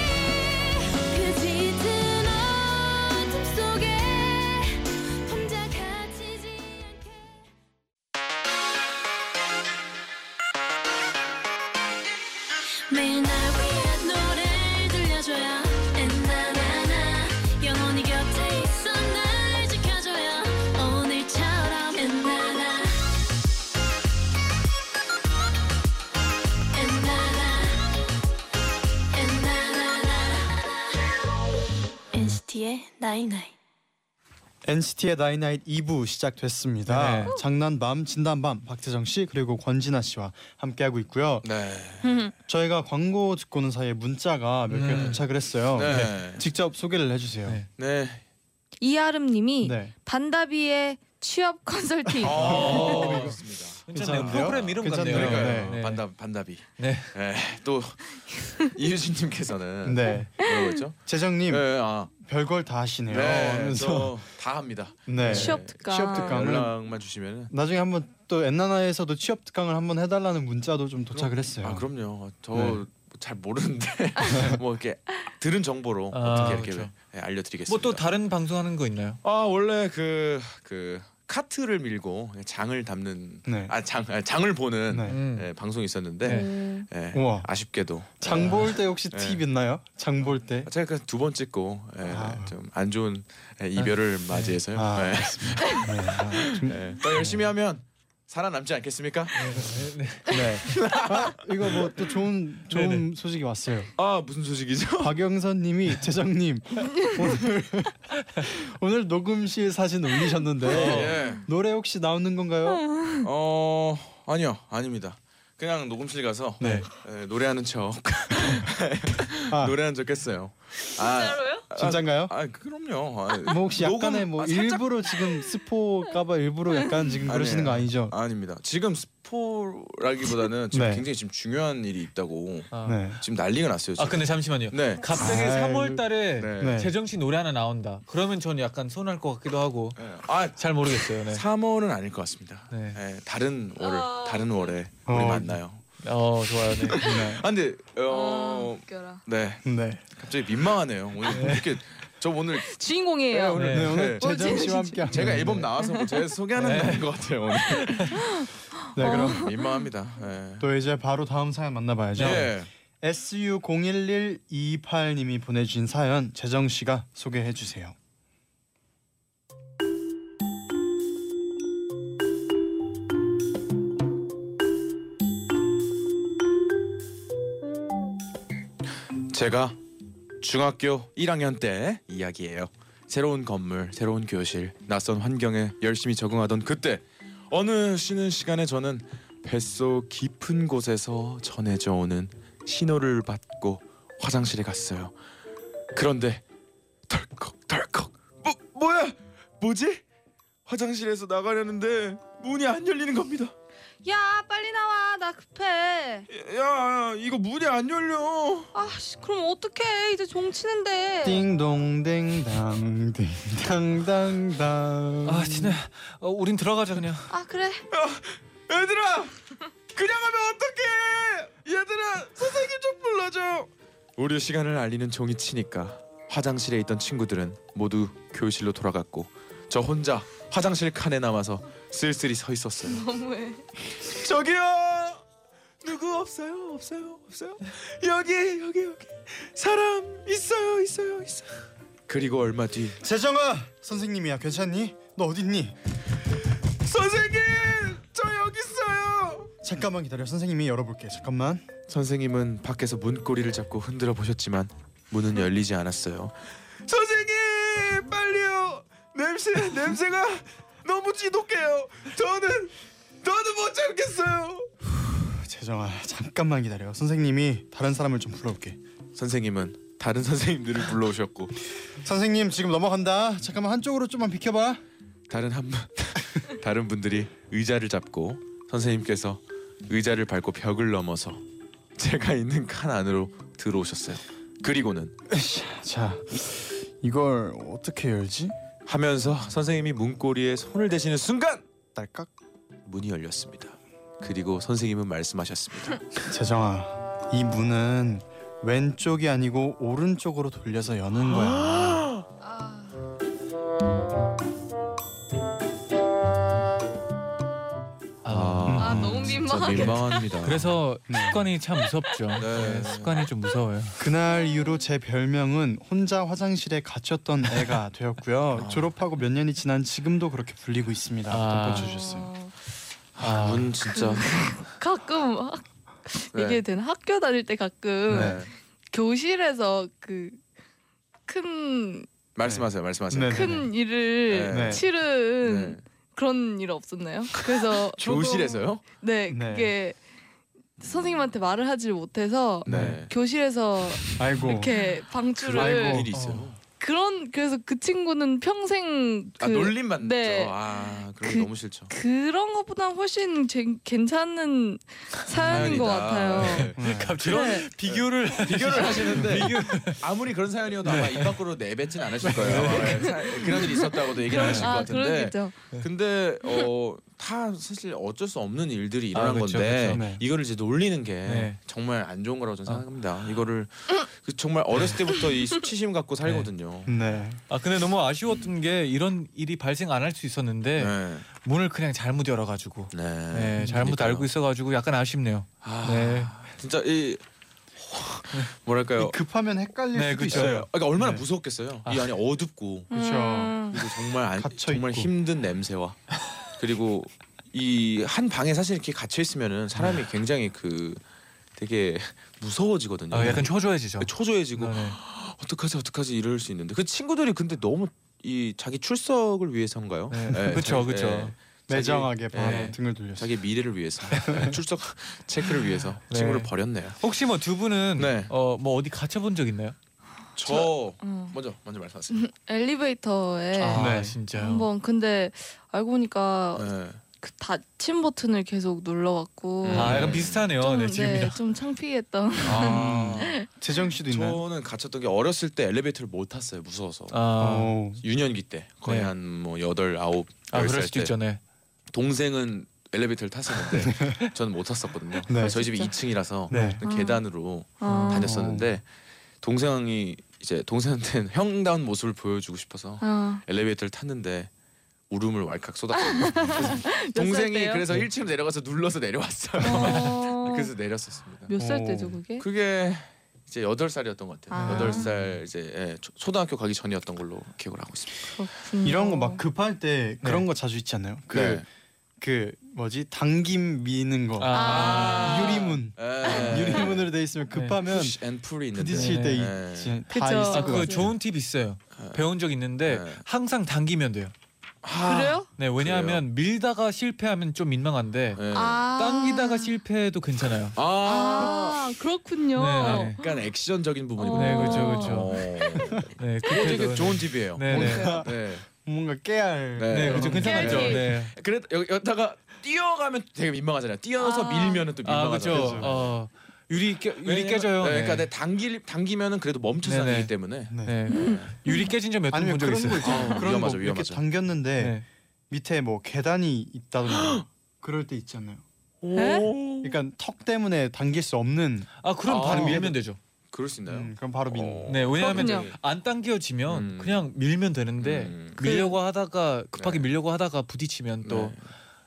Speaker 8: 그 짙은 어둠 속에 혼자 갇히지 않게 매일 날 위한 노래를 들려줘요 엔나나나 영원히 곁에 있어 날 지켜줘요 오늘처럼 엔나나 엔나나 나이 나이
Speaker 2: NCT의 나이나잇 2부 시작됐습니다.
Speaker 3: 네.
Speaker 2: 장난밤 진단밤 박재정 씨 그리고 권진아 씨와 함께하고 있고요.
Speaker 6: 네.
Speaker 2: 저희가 광고 듣고 는 사이에 문자가 몇 개
Speaker 3: 음.
Speaker 2: 도착을 했어요.
Speaker 6: 네.
Speaker 2: 직접 소개를 해주세요.
Speaker 3: 네.
Speaker 6: 네.
Speaker 7: 이아름님이
Speaker 2: 네.
Speaker 7: 반다비의 취업
Speaker 3: 아.
Speaker 7: 컨설팅.
Speaker 6: 어, 그렇습니다.
Speaker 3: 괜찮네요.
Speaker 2: 괜찮은데요?
Speaker 3: 프로그램 이름
Speaker 2: 괜찮네요.
Speaker 3: 같네요.
Speaker 6: 그러니까요. 어,
Speaker 3: 네.
Speaker 6: 반답 반답이.
Speaker 3: 네.
Speaker 6: 네. 또 이유진님께서는
Speaker 2: 네.
Speaker 6: 뭐라고 했죠?
Speaker 2: 재정님
Speaker 6: 네. 아.
Speaker 2: 별걸 다 하시네요.
Speaker 6: 네.
Speaker 2: 하면서
Speaker 6: 저다 합니다.
Speaker 2: 네.
Speaker 7: 취업 특강.
Speaker 2: 취업 특강.
Speaker 6: 연락만 주시면은.
Speaker 2: 나중에 한번 또 엔나나에서도 취업 특강을 한번 해달라는 문자도 좀 도착을 했어요.
Speaker 6: 아 그럼요. 저
Speaker 2: 네.
Speaker 6: 잘 모르는데 뭐 이렇게 들은 정보로
Speaker 3: 아,
Speaker 6: 어떻게 이렇게
Speaker 3: 그렇죠.
Speaker 6: 예, 알려드리겠습니다.
Speaker 3: 뭐 또 다른 방송하는 거 있나요?
Speaker 6: 아 원래 그 그 카트를 밀고 장을 담는
Speaker 2: 네.
Speaker 6: 아장 장을 보는
Speaker 2: 네.
Speaker 3: 음.
Speaker 6: 예, 방송이 있었는데
Speaker 3: 네.
Speaker 7: 음.
Speaker 6: 예,
Speaker 2: 우와.
Speaker 6: 아쉽게도
Speaker 2: 장 볼 때 혹시
Speaker 6: 네.
Speaker 2: 팁 있나요? 장 볼 때.
Speaker 6: 제가 그 두 번 찍고
Speaker 2: 아.
Speaker 6: 좀 안 좋은 예, 이별을 맞이해서요.
Speaker 2: 아,
Speaker 6: 예.
Speaker 2: 네. 아, 좀-
Speaker 6: 예, 더 열심히 하면 살아남지 않겠습니까?
Speaker 2: 네. 아, 이거 뭐 또 좋은 좋은
Speaker 3: 네네.
Speaker 2: 소식이 왔어요.
Speaker 6: 아 무슨 소식이죠?
Speaker 2: 박영선님이 재정님 오늘 오늘 녹음실 사진 네. 올리셨는데
Speaker 6: 예.
Speaker 2: 노래 혹시 나오는 건가요?
Speaker 6: 어 아니요 아닙니다. 그냥 녹음실 가서
Speaker 2: 네.
Speaker 6: 예, 노래하는 척
Speaker 2: 아.
Speaker 6: 노래하는 척 했어요. 아,
Speaker 1: 진짜로요?
Speaker 2: 진짜인가요?
Speaker 6: 아 그럼요. 아,
Speaker 2: 뭐 혹시 약간의
Speaker 6: 녹음-
Speaker 2: 뭐
Speaker 6: 아, 살짝-
Speaker 2: 일부러 지금 스포일까봐 일부러 약간 지금 그러시는 거 아니죠?
Speaker 6: 아닙니다. 지금 스포라기보다는 지금
Speaker 2: 네.
Speaker 6: 굉장히 지금 중요한 일이 있다고
Speaker 3: 아.
Speaker 2: 네.
Speaker 6: 지금 난리가 났어요.
Speaker 3: 아
Speaker 6: 지금.
Speaker 3: 근데 잠시만요.
Speaker 6: 네.
Speaker 3: 갑자기
Speaker 2: 아이,
Speaker 3: 3월달에
Speaker 6: 네.
Speaker 2: 네.
Speaker 3: 재정 씨 노래 하나 나온다. 그러면 전 약간 손할 것 같기도 하고
Speaker 6: 네. 아
Speaker 3: 잘 모르겠어요. 네.
Speaker 6: 3월은 아닐 것 같습니다.
Speaker 3: 네.
Speaker 6: 네, 다른 월
Speaker 1: 아.
Speaker 6: 다른 월에 우리
Speaker 2: 어.
Speaker 6: 만나요.
Speaker 3: 어 좋아요. 네.
Speaker 6: 아 근데
Speaker 7: 아,
Speaker 6: 어
Speaker 7: 웃겨라.
Speaker 6: 네.
Speaker 2: 네.
Speaker 6: 갑자기 민망하네요. 오늘 이렇게 저 오늘
Speaker 7: 주인공이에요.
Speaker 6: 오늘
Speaker 2: 네, 오늘
Speaker 6: 네.
Speaker 2: 재정 씨와 함께 하는
Speaker 6: 제가
Speaker 2: 네.
Speaker 6: 앨범 나와서 뭐제 소개하는
Speaker 3: 네.
Speaker 6: 날인 것 같아요 오늘.
Speaker 2: 네
Speaker 6: 어.
Speaker 2: 그럼
Speaker 6: 민망합니다. 네.
Speaker 2: 또 이제 바로 다음 사연 만나봐야죠.
Speaker 6: 예.
Speaker 2: SU01128님이 보내주신 사연 재정 씨가 소개해 주세요.
Speaker 6: 제가 중학교 1학년 때 이야기예요. 새로운 건물, 새로운 교실, 낯선 환경에 열심히 적응하던 그때 어느 쉬는 시간에 저는 뱃속 깊은 곳에서 전해져 오는 신호를 받고 화장실에 갔어요. 그런데 덜컥 덜컥 뭐 뭐야? 뭐지? 화장실에서 나가려는데 문이 안 열리는 겁니다.
Speaker 7: 야 빨리 나와 나 급해.
Speaker 6: 야, 이거 문이 안 열려.
Speaker 7: 아 씨, 그럼 어떡해 이제 종 치는데.
Speaker 2: 띵동댕당 띵당당당
Speaker 3: 아 진짜 어, 우린 들어가자 그냥.
Speaker 7: 아 그래.
Speaker 6: 얘들아 그냥 하면 어떡해 얘들아 선생님 좀 불러줘 우리 시간을 알리는 종이 치니까 화장실에 있던 친구들은 모두 교실로 돌아갔고 저 혼자 화장실 칸에 남아서 쓸쓸히 서 있었어요
Speaker 7: 너무해.
Speaker 6: 저기요 누구 없어요 없어요 없어요 여기 여기 여기 사람 있어요 있어요 있어요 그리고 얼마 뒤
Speaker 2: 재정아 선생님이야 괜찮니? 너 어딨니?
Speaker 6: 선생님 저 여기 있어요
Speaker 2: 잠깐만 기다려 선생님이 열어볼게 잠깐만
Speaker 6: 선생님은 밖에서 문고리를 잡고 흔들어 보셨지만 문은 열리지 않았어요. 선생님 빨리요 냄새 냄새가 너무 지독해요. 저는 저는 못 참겠어요.
Speaker 2: 재정아 잠깐만 기다려 선생님이 다른 사람을 좀 불러올게
Speaker 6: 선생님은 다른 선생님들을 불러오셨고
Speaker 2: 선생님 지금 넘어간다 잠깐만 한쪽으로 좀만 비켜봐
Speaker 6: 다른 한 분- 다른 분들이 의자를 잡고 선생님께서 의자를 밟고 벽을 넘어서 제가 있는 칸 안으로 들어오셨어요. 그리고는
Speaker 2: 자 이걸 어떻게 열지?
Speaker 6: 하면서 선생님이 문고리에 손을 대시는 순간
Speaker 2: 딸깍
Speaker 6: 문이 열렸습니다. 그리고 선생님은 말씀하셨습니다.
Speaker 2: 재정아 이 문은 왼쪽이 아니고 오른쪽으로 돌려서 여는 거야
Speaker 7: 아
Speaker 3: 아.
Speaker 7: 아, 너무
Speaker 6: 진짜
Speaker 7: 민망하겠다.
Speaker 6: 음. 민망합니다.
Speaker 3: 그래서 습관이 참 무섭죠.
Speaker 6: 네.
Speaker 3: 네, 습관이 좀 무서워요.
Speaker 2: 그날 이후로 제 별명은 혼자 화장실에 갇혔던 애가 되었고요 졸업하고 몇 년이 지난 지금도 그렇게 불리고 있습니다
Speaker 3: 아.
Speaker 6: 네
Speaker 2: 덮어주셨어요
Speaker 6: 아, 문 진짜
Speaker 7: 가끔 학- 음. 이게 되나 학교 다닐 때 가끔
Speaker 6: 네.
Speaker 7: 교실에서 그 큰
Speaker 6: 말씀하세요. 말씀하세요.
Speaker 2: 네.
Speaker 1: 큰 일을
Speaker 6: 네.
Speaker 1: 치른
Speaker 6: 네.
Speaker 7: 그런 일 없었나요? 그래서
Speaker 6: 교실에서요?
Speaker 7: 조금- 네,
Speaker 2: 네.
Speaker 7: 그게 선생님한테 말을 하지 못해서
Speaker 6: 네.
Speaker 7: 교실에서
Speaker 2: 아이고.
Speaker 7: 이렇게 방출을
Speaker 2: 아이고.
Speaker 6: 일이 있어요.
Speaker 7: 그런 그래서 그 친구는 평생 그
Speaker 6: 아 놀림만
Speaker 7: 네.
Speaker 6: 죠 아, 그런 게
Speaker 7: 그-
Speaker 6: 너무 싫죠.
Speaker 7: 그런 것보다 훨씬 제- 괜찮은 사연인 것
Speaker 6: 사연이다.
Speaker 7: 같아요.
Speaker 6: 네.
Speaker 2: 네.
Speaker 3: 갑자기 비교를
Speaker 6: 비교를 하시는데 아무리 그런 사연이어도 아마 입 밖으로 내뱉진 않으실 거예요. 네. 사- 그런 일이 있었다고도 얘기를 안 하실 것
Speaker 7: 아,
Speaker 6: 같은데.
Speaker 7: 그러겠죠.
Speaker 6: 근데 어다 사실 어쩔 수 없는 일들이 일어난
Speaker 3: 아, 그쵸,
Speaker 6: 건데
Speaker 3: 그쵸.
Speaker 2: 네.
Speaker 6: 이거를 이제 놀리는 게
Speaker 3: 네. 아.
Speaker 6: 정말 안 좋은 거라고 저는 생각합니다. 이거를 그 정말 어렸을 때부터 이 수치심 갖고 살거든요.
Speaker 2: 네.
Speaker 3: 아 근데 너무 아쉬웠던 게 이런 일이 발생 안 할 수 있었는데
Speaker 6: 네.
Speaker 3: 문을 그냥 잘못 열어가지고
Speaker 6: 네.
Speaker 3: 네, 잘못
Speaker 6: 그러니까요.
Speaker 3: 알고 있어가지고 약간 아쉽네요.
Speaker 6: 아,
Speaker 3: 네.
Speaker 6: 진짜 이 뭐랄까요?
Speaker 2: 급하면 헷갈릴
Speaker 3: 네, 수도 그쵸. 있어요.
Speaker 6: 아, 그러니까 얼마나
Speaker 2: 네.
Speaker 6: 무서웠겠어요.
Speaker 3: 아.
Speaker 6: 이 안이 어둡고
Speaker 2: 그쵸.
Speaker 7: 음,
Speaker 6: 그리고 정말 안,
Speaker 2: 갇혀
Speaker 6: 정말
Speaker 2: 있고.
Speaker 6: 힘든 냄새와 그리고 이 한 방에 사실 이렇게 갇혀 있으면은 사람이 굉장히 그 되게 무서워지거든요.
Speaker 3: 아, 약간 초조해지죠.
Speaker 6: 네. 그 초조해지고
Speaker 3: 네, 네.
Speaker 6: 어떡하지 어떡하지 이럴 수 있는데 그 친구들이 근데 너무 이 자기 출석을 위해서인가요?
Speaker 3: 네.
Speaker 6: 네,
Speaker 3: 그쵸,
Speaker 6: 자기-
Speaker 3: 그쵸.
Speaker 6: 네.
Speaker 2: 매정하게 바로
Speaker 6: 네.
Speaker 2: 등을 돌렸어요.
Speaker 6: 자기 미래를 위해서 네, 출석 체크를 위해서
Speaker 3: 네.
Speaker 6: 친구를 버렸네요.
Speaker 3: 혹시 뭐 두 분은
Speaker 6: 네.
Speaker 3: 어 뭐 어디 갇혀본 적 있나요?
Speaker 6: 저
Speaker 7: 음.
Speaker 6: 먼저 먼저 말씀하세요.
Speaker 7: 엘리베이터에
Speaker 3: 아
Speaker 2: 네.
Speaker 3: 진짜요.
Speaker 7: 한번 근데 알고
Speaker 2: 어.
Speaker 7: 보니까
Speaker 6: 네.
Speaker 7: 그 닫힌 버튼을 계속 눌러갖고
Speaker 3: 아
Speaker 6: 음.
Speaker 3: 약간 비슷하네요.
Speaker 7: 좀,
Speaker 3: 네 지금이랑.
Speaker 7: 네, 좀 창피했던
Speaker 6: 아,
Speaker 2: 재정 씨도 있나요?
Speaker 6: 저는 갇혔던 게 어렸을 때 엘리베이터를 못 탔어요. 무서워서.
Speaker 3: 아,
Speaker 2: 오.
Speaker 6: 유년기 때 거의
Speaker 3: 네.
Speaker 6: 한 뭐 여덟 아홉
Speaker 3: 아 그럴
Speaker 6: 열살
Speaker 3: 수도
Speaker 6: 때
Speaker 3: 있죠. 네.
Speaker 6: 동생은 엘리베이터를 탔었는데 저는 못 탔었거든요.
Speaker 2: 네.
Speaker 6: 저희 집이
Speaker 7: 진짜?
Speaker 6: 2층이라서
Speaker 2: 네.
Speaker 7: 아.
Speaker 6: 계단으로
Speaker 7: 아.
Speaker 6: 다녔었는데
Speaker 3: 어.
Speaker 6: 동생이 이제 동생한테는 형다운 모습을 보여주고 싶어서
Speaker 7: 아,
Speaker 6: 엘리베이터를 탔는데 울음을 왈칵 쏟았거든요. 동생이
Speaker 7: 때요?
Speaker 3: 네.
Speaker 6: 그래서 1층 내려가서 눌러서 내려왔어요.
Speaker 7: 어,
Speaker 6: 그래서 내렸었습니다.
Speaker 7: 몇 살
Speaker 2: 오.
Speaker 7: 때죠 그게?
Speaker 6: 그게 이제 여덟 살이었던 것 같아요.
Speaker 7: 아.
Speaker 6: 여덟 살 이제 예, 초- 초등학교 가기 전이었던 걸로 기억을 하고 있습니다.
Speaker 7: 그렇군요.
Speaker 2: 이런 거 막 급할 때 그런 거 자주 있지 않나요? 그 그
Speaker 6: 네.
Speaker 2: 뭐지 당김 미는
Speaker 6: 어.
Speaker 2: 거
Speaker 3: 아.
Speaker 2: 유리문
Speaker 6: 예.
Speaker 2: 유리문으로 돼 있으면 급하면
Speaker 6: 푸시 앤 풀이 있는데
Speaker 2: 부딪힐 때
Speaker 6: 네.
Speaker 2: 있지
Speaker 7: 그쵸.
Speaker 2: 다
Speaker 3: 아
Speaker 2: 있을 것
Speaker 3: 그거
Speaker 7: 맞아요.
Speaker 2: 같아요.
Speaker 3: 좋은 팁 있어요.
Speaker 6: 네.
Speaker 3: 배운 적 있는데
Speaker 6: 네.
Speaker 3: 항상 당기면 돼요.
Speaker 6: 아.
Speaker 7: 그래요?
Speaker 3: 네 왜냐하면 밀다가 실패하면 좀 민망한데
Speaker 6: 네.
Speaker 7: 아.
Speaker 3: 당기다가 실패해도 괜찮아요.
Speaker 6: 아.
Speaker 7: 아 그렇군요.
Speaker 3: 네, 네.
Speaker 6: 약간 액션적인
Speaker 7: 어.
Speaker 6: 부분이군요.
Speaker 3: 네,
Speaker 7: 그쵸,
Speaker 3: 그쵸. 네
Speaker 6: 어,
Speaker 3: 그렇게
Speaker 6: 되게 좋은 팁이에요. 네.
Speaker 3: 네네.
Speaker 2: 뭔가 깨알
Speaker 6: 네.
Speaker 3: 네,
Speaker 2: 그런
Speaker 3: 그렇죠.
Speaker 2: 거.
Speaker 3: 괜찮았죠.
Speaker 7: 깨알티.
Speaker 3: 네.
Speaker 6: 그래 여, 여다가 뛰어가면 되게 민망하잖아요. 뛰어서
Speaker 7: 아.
Speaker 6: 밀면은 또
Speaker 3: 아, 그렇죠.
Speaker 6: 민망하죠.
Speaker 3: 어. 유리 깨 유리
Speaker 6: 왜냐면-
Speaker 3: 깨져요.
Speaker 6: 네,
Speaker 3: 네.
Speaker 6: 그러니까 내 당길 당기면은 그래도 멈춰서
Speaker 3: 네네.
Speaker 6: 당기기 때문에.
Speaker 3: 네. 유리 깨진
Speaker 2: 아니면
Speaker 3: 점몇번본적
Speaker 2: 그런
Speaker 3: 있어요.
Speaker 2: 거 있잖아요.
Speaker 6: 아,
Speaker 2: 그런
Speaker 6: 위험하죠,
Speaker 2: 거
Speaker 6: 위험하죠.
Speaker 2: 이렇게 당겼는데
Speaker 3: 네.
Speaker 2: 밑에 뭐 계단이 있다든가 그럴 때
Speaker 7: 에?
Speaker 2: 있잖아요.
Speaker 6: 오.
Speaker 7: 네?
Speaker 2: 그러니까 턱 때문에 당길 수 없는
Speaker 3: 아 그럼
Speaker 6: 아.
Speaker 3: 바로 밀면 되죠.
Speaker 6: 그럴 수 있나요?
Speaker 2: 음, 그럼 바로
Speaker 6: 어.
Speaker 2: 민.
Speaker 3: 네 왜냐하면
Speaker 7: 그렇군요.
Speaker 3: 안 당겨지면
Speaker 6: 음.
Speaker 3: 그냥 밀면 되는데
Speaker 6: 음.
Speaker 3: 밀려고 하다가 급하게
Speaker 6: 네.
Speaker 3: 밀려고 하다가 부딪히면 또
Speaker 6: 네.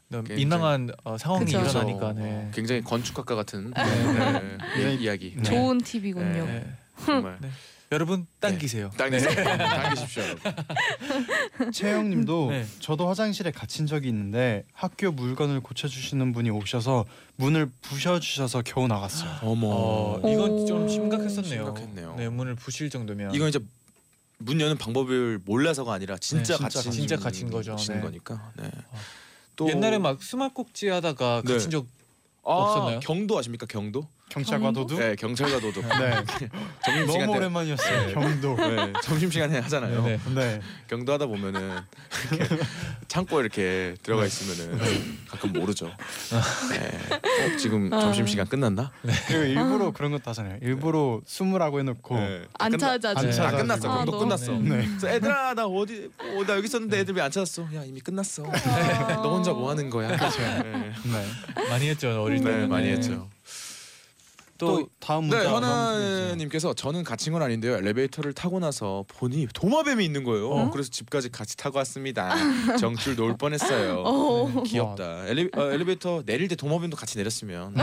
Speaker 3: 너무
Speaker 6: 굉장히-
Speaker 3: 민망한 어, 상황이
Speaker 7: 그쵸.
Speaker 3: 일어나니까. 네.
Speaker 6: 굉장히 건축학과 같은 네,
Speaker 2: 네.
Speaker 6: 이야기.
Speaker 2: 네.
Speaker 7: 좋은 팁이군요.
Speaker 6: 네.
Speaker 3: 네.
Speaker 6: 정말
Speaker 3: 네. 여러분 당기세요.
Speaker 6: 당기세요. 당기십시오.
Speaker 2: 채영님도
Speaker 3: 네.
Speaker 2: 저도 화장실에 갇힌 적이 있는데 학교 물건을 고쳐주시는 분이 오셔서 문을 부셔주셔서 겨우 나갔어요.
Speaker 3: 어,
Speaker 6: 어머.
Speaker 3: 이건
Speaker 7: 오.
Speaker 3: 좀 심각했었네요.
Speaker 6: 심각했네요.
Speaker 3: 네, 문을 부실 정도면.
Speaker 6: 이건 이제 문 여는 방법을 몰라서가 아니라 진짜
Speaker 3: 네, 진짜
Speaker 6: 갇힌
Speaker 3: 진짜 갇힌 거죠.
Speaker 6: 갇힌
Speaker 3: 네.
Speaker 6: 거니까. 네.
Speaker 3: 아.
Speaker 6: 또
Speaker 3: 옛날에 막 수막꼭지 하다가
Speaker 6: 네.
Speaker 3: 갇힌 적
Speaker 6: 아,
Speaker 3: 없었나요?
Speaker 6: 경도 아십니까? 경도?
Speaker 2: 경찰과
Speaker 7: 경도?
Speaker 2: 도둑.
Speaker 6: 네, 경찰과 도도.
Speaker 2: 네.
Speaker 6: 점심 시간
Speaker 2: 너무
Speaker 6: 때
Speaker 2: 오랜만이었어요. 경도.
Speaker 6: 네, 점심 시간에 하잖아요.
Speaker 3: 네, 네.
Speaker 2: 네.
Speaker 6: 경도 하다 보면은 이렇게 창고에 이렇게
Speaker 3: 네.
Speaker 6: 들어가 있으면은 가끔 모르죠. 네. 어, 지금
Speaker 7: 아.
Speaker 6: 점심 시간 끝났나?
Speaker 2: 그리고 일부러 그런 것도 하잖아요. 일부러 숨으라고
Speaker 3: 어.
Speaker 2: 해놓고.
Speaker 6: 네.
Speaker 7: 안 찾아줘.
Speaker 2: 안 찾아.
Speaker 6: 아, 끝났어.
Speaker 7: 아,
Speaker 6: 경도
Speaker 7: 너무
Speaker 6: 끝났어.
Speaker 2: 네.
Speaker 6: 그래서 애들아 나 어디 어, 나 여기 있었는데 애들 왜 안 찾았어? 야 이미 끝났어.
Speaker 7: 아.
Speaker 6: 너 혼자 뭐 하는 거야? 네.
Speaker 2: 네.
Speaker 3: 많이 했죠 어릴 때.
Speaker 6: 네, 많이 했죠.
Speaker 2: 또,
Speaker 3: 또
Speaker 2: 다음 문자.
Speaker 6: 네,
Speaker 2: 넘어가겠습니다.
Speaker 6: 현아님께서 저는 갇힌 건 아닌데요. 엘리베이터를 타고 나서 보니 도마뱀이 있는 거예요.
Speaker 3: 어?
Speaker 6: 그래서 집까지 같이 타고 왔습니다. 정줄 놓을 뻔했어요.
Speaker 7: 어.
Speaker 2: 네. 네.
Speaker 6: 귀엽다. 엘리, 어, 엘리베이터 내릴 때 도마뱀도 같이 내렸으면.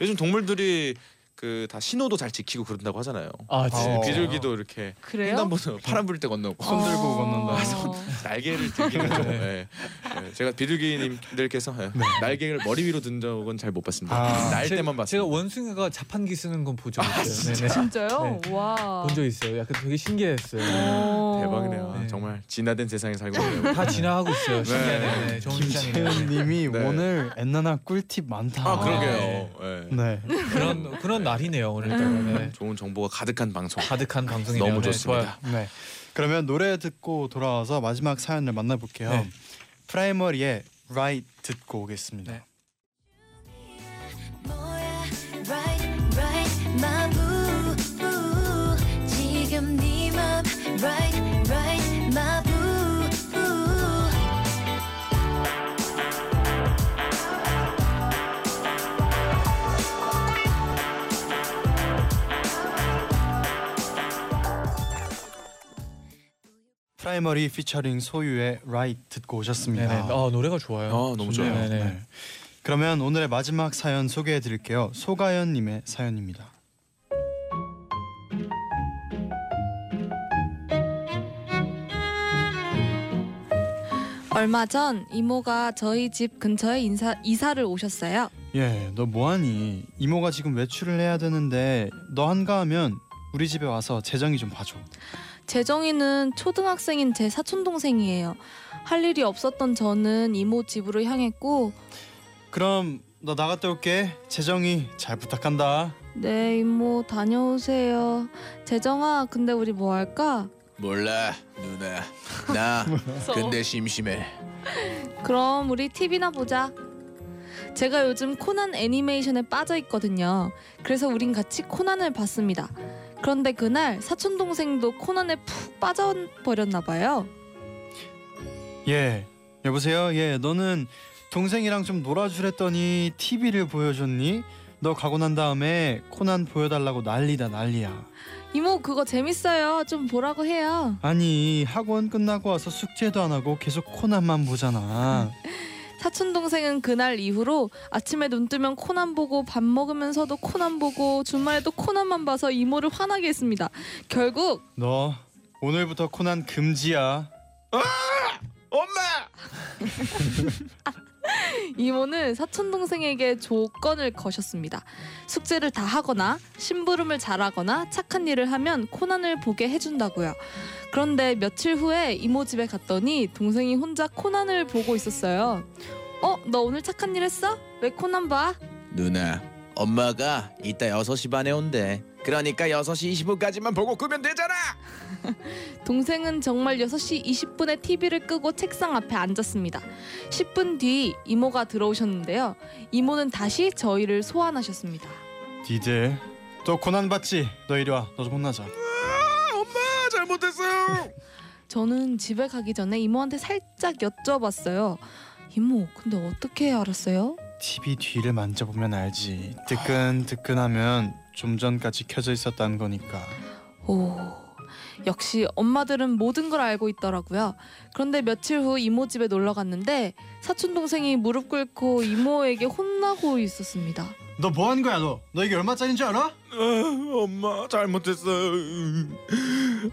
Speaker 6: 요즘 동물들이 그 다 신호도 잘 지키고 그런다고 하잖아요.
Speaker 3: 아
Speaker 2: 어.
Speaker 3: 진짜.
Speaker 6: 비둘기도 이렇게
Speaker 7: 그래요?
Speaker 6: 횡단보도 파란불 때 건너고
Speaker 2: 뭐 손 들고
Speaker 7: 어.
Speaker 2: 걷는다. 아, 손
Speaker 6: 날개를 들기는 좀.
Speaker 3: 네.
Speaker 6: 예. 예, 제가 비둘기님들께서 예, 날개를 머리 위로 든 적은 잘 못 봤습니다.
Speaker 2: 아.
Speaker 6: 날
Speaker 3: 제-
Speaker 6: 때만 봤습니다.
Speaker 3: 제가 원숭이가 자판기 쓰는 건 보죠. 아, 진짜.
Speaker 7: 진짜요?
Speaker 2: 네.
Speaker 7: 와.
Speaker 3: 본적 있어요. 약간 되게 신기했어요.
Speaker 7: 어.
Speaker 6: 대박이네요.
Speaker 3: 네.
Speaker 6: 정말 진화된 세상에 살고 있네요.
Speaker 3: 다 진화하고 있어요. 신기하네. 네. 정훈 기자님.
Speaker 2: 김채은님이
Speaker 6: 네.
Speaker 2: 오늘 엔나나 꿀팁 많다.
Speaker 6: 아 그러게요. 예.
Speaker 2: 네.
Speaker 3: 그런 그런 날이네요 오늘따라. 네.
Speaker 6: 좋은 정보가 가득한 방송.
Speaker 3: 가득한 방송이네요.
Speaker 6: 너무
Speaker 3: 네,
Speaker 6: 좋습니다.
Speaker 3: 좋아요.
Speaker 2: 네. 그러면 노래 듣고 돌아와서 마지막 사연을 만나볼게요.
Speaker 3: 네.
Speaker 2: 프라이머리의 Right 듣고 오겠습니다.
Speaker 3: 네.
Speaker 8: 뭐야 right right 마부 지금 네맘 right right 마부
Speaker 2: 프라이머리 피처링 소유의 Right 듣고 오셨습니다.
Speaker 3: 네네. 아 노래가 좋아요.
Speaker 6: 아, 너무 좋아요.
Speaker 3: 네네.
Speaker 2: 어, 네. 그러면 오늘의 마지막 사연 소개해 드릴게요. 소가연 님의 사연입니다.
Speaker 7: 얼마 전 이모가 저희 집 근처에 인사, 이사를 오셨어요.
Speaker 2: 예, 너 뭐하니? 이모가 지금 외출을 해야 되는데 너 한가하면 우리 집에 와서 재정이 좀 봐줘.
Speaker 7: 재정이는 초등학생인 제 사촌 동생이에요. 할 일이 없었던 저는 이모 집으로 향했고
Speaker 2: 그럼 너 나갔다 올게. 재정이 잘 부탁한다.
Speaker 7: 네 이모 다녀오세요. 재정아 근데 우리 뭐 할까?
Speaker 6: 몰라 누나 나 근데 심심해.
Speaker 7: 그럼 우리 TV나 보자. 제가 요즘 코난 애니메이션에 빠져 있거든요. 그래서 우린 같이 코난을 봤습니다. 그런데 그날 사촌 동생도 코난에 푹 빠져 버렸나 봐요.
Speaker 2: 예, 여보세요. 예, 너는 동생이랑 좀 놀아주랬더니 TV를 보여줬니? 너 가고 난 다음에 코난 보여달라고 난리다 난리야.
Speaker 7: 이모 그거 재밌어요. 좀 보라고 해요.
Speaker 2: 아니 학원 끝나고 와서 숙제도 안 하고 계속 코난만 보잖아.
Speaker 7: 사촌 동생은 그날 이후로 아침에 눈 뜨면 코난 보고 밥 먹으면서도 코난 보고 주말에도 코난만 봐서 이모를 화나게 했습니다. 결국
Speaker 2: 너 오늘부터 코난 금지야.
Speaker 6: 엄마
Speaker 7: 이모는 사촌 동생에게 조건을 거셨습니다. 숙제를 다 하거나 심부름을 잘하거나 착한 일을 하면 코난을 보게 해준다고요. 그런데 며칠 후에 이모 집에 갔더니 동생이 혼자 코난을 보고 있었어요. 어, 너 오늘 착한 일 했어? 왜 코난 봐?
Speaker 6: 누나 엄마가 이따 6시 반에 온대. 그러니까 6시 20분까지만 보고 끄면 되잖아.
Speaker 7: 동생은 정말 6시 20분에 TV를 끄고 책상 앞에 앉았습니다. 10분 뒤 이모가 들어오셨는데요. 이모는 다시 저희를 소환하셨습니다.
Speaker 2: 니들 또 코난 봤지? 너 이리 와. 너 좀 혼나자.
Speaker 6: 엄마 잘못했어요.
Speaker 7: 저는 집에 가기 전에 이모한테 살짝 여쭤봤어요. 이모, 근데 어떻게 알았어요?
Speaker 2: TV 뒤를 만져보면 알지. 뜨끈뜨끈하면 좀 전까지 켜져 있었다는 거니까.
Speaker 7: 오, 역시 엄마들은 모든 걸 알고 있더라고요. 그런데 며칠 후 이모 집에 놀러 갔는데 사촌 동생이 무릎 꿇고 이모에게 혼나고 있었습니다.
Speaker 2: 너 뭐 한 거야 너? 너 이게 얼마짜리인 줄 알아?
Speaker 6: 엄마 잘못했어요.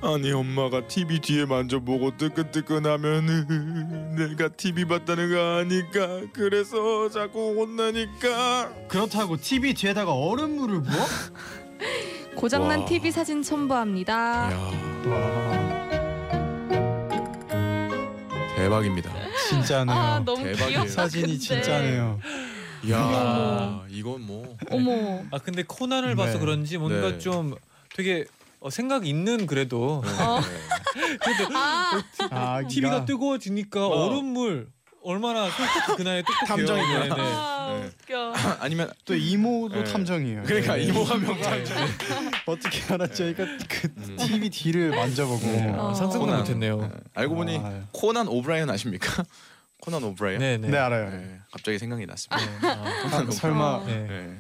Speaker 6: 아니 엄마가 TV 뒤에 만져보고 뜨끈뜨끈하면 내가 TV 봤다는 거 아니까 그래서 자꾸 혼나니까.
Speaker 2: 그렇다고 TV 뒤에다가 얼음물을 부어?
Speaker 7: 고장난
Speaker 6: 와.
Speaker 7: TV 사진 첨부합니다.
Speaker 6: 야 대박입니다.
Speaker 2: 진짜네요.
Speaker 7: 아 너무
Speaker 6: 대박이에요.
Speaker 7: 귀여워.
Speaker 2: 사진이
Speaker 7: 근데.
Speaker 2: 진짜네요.
Speaker 6: 야 이건 뭐
Speaker 7: 네. 어머.
Speaker 3: 아 근데 코난을
Speaker 2: 네.
Speaker 3: 봐서 그런지 뭔가
Speaker 6: 네.
Speaker 3: 좀 되게 어, 생각 있는 그래도
Speaker 7: 어.
Speaker 6: 네,
Speaker 7: 아,
Speaker 2: 아,
Speaker 3: TV가 뜨거워지니까
Speaker 6: 어.
Speaker 3: 어. 얼물 얼마나 솔직히 그날 똑똑해요.
Speaker 6: 탐정이구나.
Speaker 3: 네, 네.
Speaker 7: 아
Speaker 6: 네.
Speaker 7: 웃겨.
Speaker 6: 아니면
Speaker 2: 또 이모도
Speaker 6: 네.
Speaker 2: 탐정이에요.
Speaker 6: 그러니까
Speaker 2: 어. 네.
Speaker 6: 이모가 명창조.
Speaker 2: 어떻게 알았죠? 그러니까 그
Speaker 6: 음.
Speaker 2: TV 뒤를 만져보고. 어.
Speaker 3: 네. 아, 상상도
Speaker 6: 코난.
Speaker 3: 못했네요.
Speaker 6: 알고 보니
Speaker 2: 아,
Speaker 6: 코난 오브라이언 아십니까? 코난 오브라이언.
Speaker 3: 네,
Speaker 2: 네, 알아요.
Speaker 6: 네, 갑자기 생각이 났습니다.
Speaker 3: 아,
Speaker 2: 아, 설마
Speaker 3: 네.
Speaker 6: 네.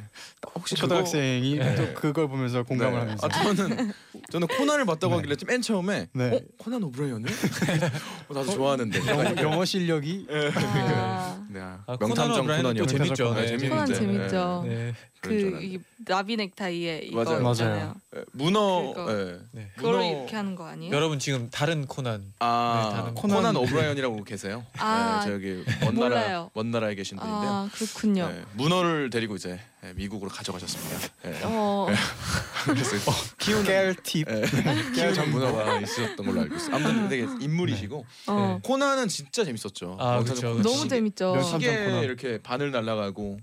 Speaker 6: 혹시
Speaker 2: 초등학생이
Speaker 3: 네.
Speaker 2: 또 그걸 보면서
Speaker 6: 그거-
Speaker 2: 공감을
Speaker 6: 네.
Speaker 2: 하면서
Speaker 6: 아, 저는 저는 코난을 봤다고
Speaker 2: 네.
Speaker 6: 하길래 맨 처음에
Speaker 2: 네.
Speaker 6: 어 코난 오브라이언을 어, 나도 좋아하는데.
Speaker 2: 영어, 영어 실력이
Speaker 7: 아,
Speaker 6: 네,
Speaker 3: 아, 코난
Speaker 6: 명탐정
Speaker 3: 오브라이언은
Speaker 6: 코난이요.
Speaker 3: 또 재밌죠.
Speaker 6: 네,
Speaker 3: 네,
Speaker 6: 재밌는데.
Speaker 7: 코난 재밌죠.
Speaker 6: 네,
Speaker 3: 네.
Speaker 6: 그런 줄 알았는데.
Speaker 7: 그이 나비 넥타이에 이거
Speaker 6: 맞아요.
Speaker 2: 맞아요.
Speaker 7: 있잖아요.
Speaker 6: 에, 문어.
Speaker 7: 그거.
Speaker 6: 예.
Speaker 3: 네.
Speaker 7: 그걸
Speaker 6: 문어-
Speaker 7: 이렇게 하는 거 아니에요?
Speaker 3: 여러분 지금 다른 코난 네,
Speaker 6: 아
Speaker 3: 다른
Speaker 6: 코난,
Speaker 2: 코난
Speaker 6: 오브라이언이라고 계세요?
Speaker 7: 아,
Speaker 6: 네, 저 여기 먼나라
Speaker 7: 몰라요.
Speaker 6: 먼나라에 계신 분인데요.
Speaker 7: 아 그렇군요.
Speaker 6: 네, 문어를 데리고 이제 예, 미국으로 가져가셨습니다. 예.
Speaker 7: 어,
Speaker 6: 그래서
Speaker 2: 키우는 깰팁
Speaker 6: 예, 키우는 문어가 있었던 걸로 알고 있어요. 아무튼 되게 인물이시고
Speaker 7: 어.
Speaker 6: 코난은 진짜 재밌었죠.
Speaker 3: 아,
Speaker 6: 명탐정
Speaker 3: 그쵸,
Speaker 6: 코난
Speaker 3: 그쵸.
Speaker 7: 너무
Speaker 6: 시계-
Speaker 7: 재밌죠.
Speaker 2: 몇 시-
Speaker 6: 시계
Speaker 2: 명탐정 코난.
Speaker 6: 이렇게 바늘 날아가고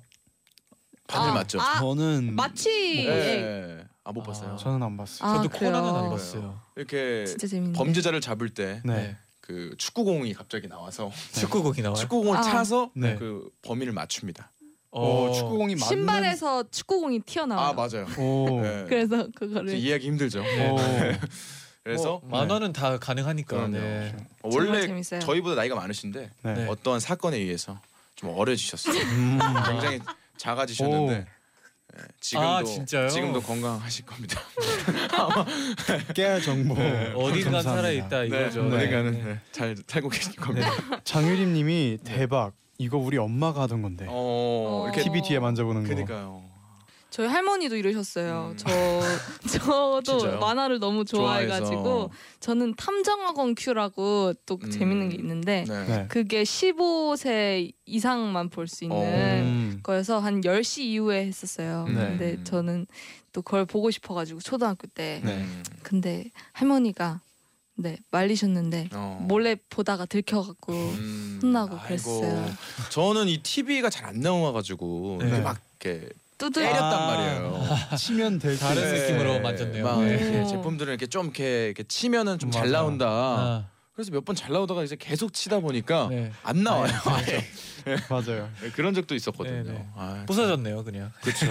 Speaker 6: 바늘
Speaker 7: 아,
Speaker 6: 맞죠?
Speaker 7: 아,
Speaker 2: 저는
Speaker 7: 마치
Speaker 6: 예. 아못 봤어요.
Speaker 3: 아.
Speaker 2: 저는 안 봤어요.
Speaker 7: 아,
Speaker 3: 저도
Speaker 7: 그래요?
Speaker 3: 코난은 안 봤어요.
Speaker 6: 이렇게
Speaker 7: 진짜 재밌네.
Speaker 6: 범죄자를 잡을
Speaker 2: 네.
Speaker 3: 네.
Speaker 6: 때 그 축구공이 갑자기 나와서
Speaker 3: 축구곡이 나와요.
Speaker 6: 축구공을
Speaker 7: 아.
Speaker 6: 차서
Speaker 2: 네.
Speaker 6: 그 범인을 맞춥니다.
Speaker 2: 어, 축구공이 맞는
Speaker 7: 신발에서 축구공이 튀어나와.
Speaker 6: 아 맞아요.
Speaker 2: 오.
Speaker 6: 예.
Speaker 7: 그래서
Speaker 6: 이제
Speaker 7: 그거를
Speaker 6: 이해하기 힘들죠. 네.
Speaker 2: 오.
Speaker 6: 그래서
Speaker 3: 뭐, 만화는 다 가능하니까.
Speaker 6: 그럼요.
Speaker 3: 네.
Speaker 6: 어,
Speaker 7: 정말
Speaker 6: 원래
Speaker 7: 재밌어요.
Speaker 6: 저희보다 나이가 많으신데
Speaker 2: 네.
Speaker 3: 네.
Speaker 6: 어떠한 사건에 의해서 좀 어려지셨어요.
Speaker 2: 음.
Speaker 6: 굉장히 작아지셨는데 예, 지금도
Speaker 3: 아, 진짜요?
Speaker 6: 지금도 건강하실 겁니다.
Speaker 2: 깨알 정보.
Speaker 6: 네.
Speaker 3: 네, 어딘가 살아 있다 이거죠.
Speaker 2: 네.
Speaker 6: 어딘가는 네, 잘 살고 계실 겁니다.
Speaker 2: 장유림 님이 대박. 이거 우리 엄마가 하던 건데.
Speaker 6: 네. 어, 이렇게
Speaker 2: TV 뒤에 만져보는 거.
Speaker 6: 그러니까요.
Speaker 7: 저희 할머니도 이러셨어요.
Speaker 6: 음.
Speaker 7: 저 저도
Speaker 6: 진짜요?
Speaker 7: 만화를 너무 좋아해가지고
Speaker 6: 좋아해서.
Speaker 7: 저는 탐정학원 큐라고 또
Speaker 6: 음.
Speaker 7: 재밌는 게 있는데
Speaker 6: 네.
Speaker 2: 네.
Speaker 7: 그게 15세 이상만 볼 수
Speaker 6: 어.
Speaker 7: 있는
Speaker 2: 음.
Speaker 7: 거여서 한 10시 이후에 했었어요.
Speaker 6: 네.
Speaker 7: 근데 저는 또 그걸 보고 싶어가지고 초등학교 때
Speaker 2: 네.
Speaker 6: 음,
Speaker 7: 근데 할머니가 네 말리셨는데
Speaker 6: 어.
Speaker 7: 몰래 보다가 들켜갖고
Speaker 6: 음,
Speaker 7: 혼나고
Speaker 6: 아이고.
Speaker 7: 그랬어요.
Speaker 6: 저는 이 TV가 잘 안 나와가지고
Speaker 3: 네.
Speaker 6: 이렇게 막 이렇게
Speaker 7: 두들
Speaker 6: 때렸단
Speaker 3: 아.
Speaker 6: 말이에요. 네.
Speaker 2: 치면 될수
Speaker 3: 다른
Speaker 2: 있어요.
Speaker 3: 느낌으로 만졌네요.
Speaker 6: 막
Speaker 3: 네.
Speaker 6: 이렇게
Speaker 7: 오.
Speaker 6: 제품들을 이렇게 좀 이렇게, 이렇게 치면은 좀 잘
Speaker 2: 맞아요.
Speaker 6: 나온다.
Speaker 3: 아,
Speaker 6: 그래서 몇 번 잘 나오다가 이제 계속 치다 보니까
Speaker 3: 네.
Speaker 6: 안 나와요. 아예.
Speaker 2: 맞아요.
Speaker 6: 네, 그런 적도 있었거든요.
Speaker 3: 네, 네.
Speaker 6: 아,
Speaker 3: 부서졌네요, 그냥.
Speaker 6: 그렇죠.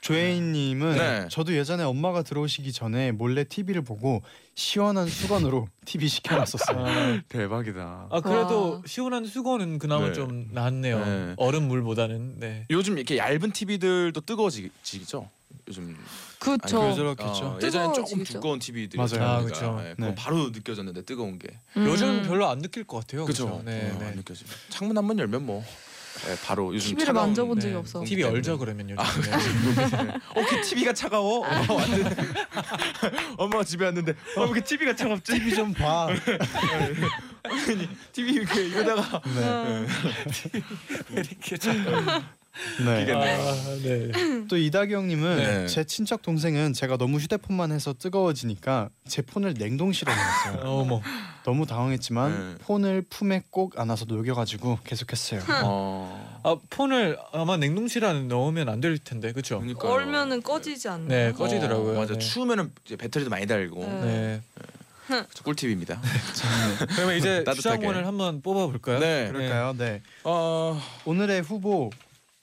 Speaker 2: 조혜인 님은
Speaker 6: 네.
Speaker 2: 저도 예전에 엄마가 들어오시기 전에 몰래 TV를 보고 시원한 수건으로 TV 시켜 놨었어요.
Speaker 3: 아,
Speaker 6: 대박이다.
Speaker 3: 아, 그래도
Speaker 7: 와.
Speaker 3: 시원한 수건은 그나마
Speaker 6: 네.
Speaker 3: 좀 낫네요.
Speaker 6: 네.
Speaker 3: 얼음 물보다는. 네.
Speaker 6: 요즘 이렇게 얇은 TV들도 뜨거워지죠. 요즘
Speaker 7: 그쵸.
Speaker 6: 아니,
Speaker 3: 그렇겠죠.
Speaker 6: 어, 예전엔 조금
Speaker 7: 뜨거워지겠죠.
Speaker 6: 두꺼운 TV들이
Speaker 2: 맞아요.
Speaker 3: 아, 그쵸.
Speaker 2: 네.
Speaker 6: 바로 느껴졌는데 뜨거운 게.
Speaker 7: 음.
Speaker 3: 요즘 별로 안 느낄 것 같아요.
Speaker 6: 그죠?
Speaker 3: 그죠? 네,
Speaker 6: 어,
Speaker 3: 네.
Speaker 6: 안 느껴지. 창문 한 번 열면 뭐 네, 바로 요즘
Speaker 7: TV를
Speaker 6: 차가운-
Speaker 7: 만져본
Speaker 3: 네.
Speaker 7: 적이 없어.
Speaker 3: TV 열죠 그러면 요즘. 네.
Speaker 6: 어, 그 TV가 차가워?
Speaker 7: 아.
Speaker 6: 엄마 왔는데. 엄마 집에 왔는데. 어, 왜 이렇게 TV가 차갑지?
Speaker 2: TV 좀 봐.
Speaker 6: TV 이렇게 이러다가 네.
Speaker 7: 음.
Speaker 3: 네. 이렇게 잠깐.
Speaker 2: 네.
Speaker 3: 아, 네.
Speaker 2: 또 이다경님은
Speaker 6: 네.
Speaker 2: 제 친척 동생은 제가 너무 휴대폰만 해서 뜨거워지니까 제 폰을 냉동실에 넣었어요.
Speaker 3: 네. 어머.
Speaker 2: 너무 당황했지만
Speaker 6: 네.
Speaker 2: 폰을 품에 꼭 안아서 녹여가지고 계속했어요.
Speaker 6: 어.
Speaker 3: 아 폰을 아마 냉동실 안에 넣으면 안 될 텐데, 그렇죠?
Speaker 6: 그러니까요.
Speaker 7: 얼면은 꺼지지 않나요?
Speaker 3: 네, 꺼지더라고요.
Speaker 6: 어, 맞아.
Speaker 3: 네.
Speaker 6: 추우면은 이제 배터리도 많이 달고.
Speaker 7: 네.
Speaker 3: 네.
Speaker 6: 그쵸, 꿀팁입니다.
Speaker 3: 그러면 이제
Speaker 6: 따뜻하게.
Speaker 3: 추천권을 한번 뽑아볼까요?
Speaker 6: 네.
Speaker 2: 그럴까요? 네.
Speaker 6: 어,
Speaker 2: 오늘의 후보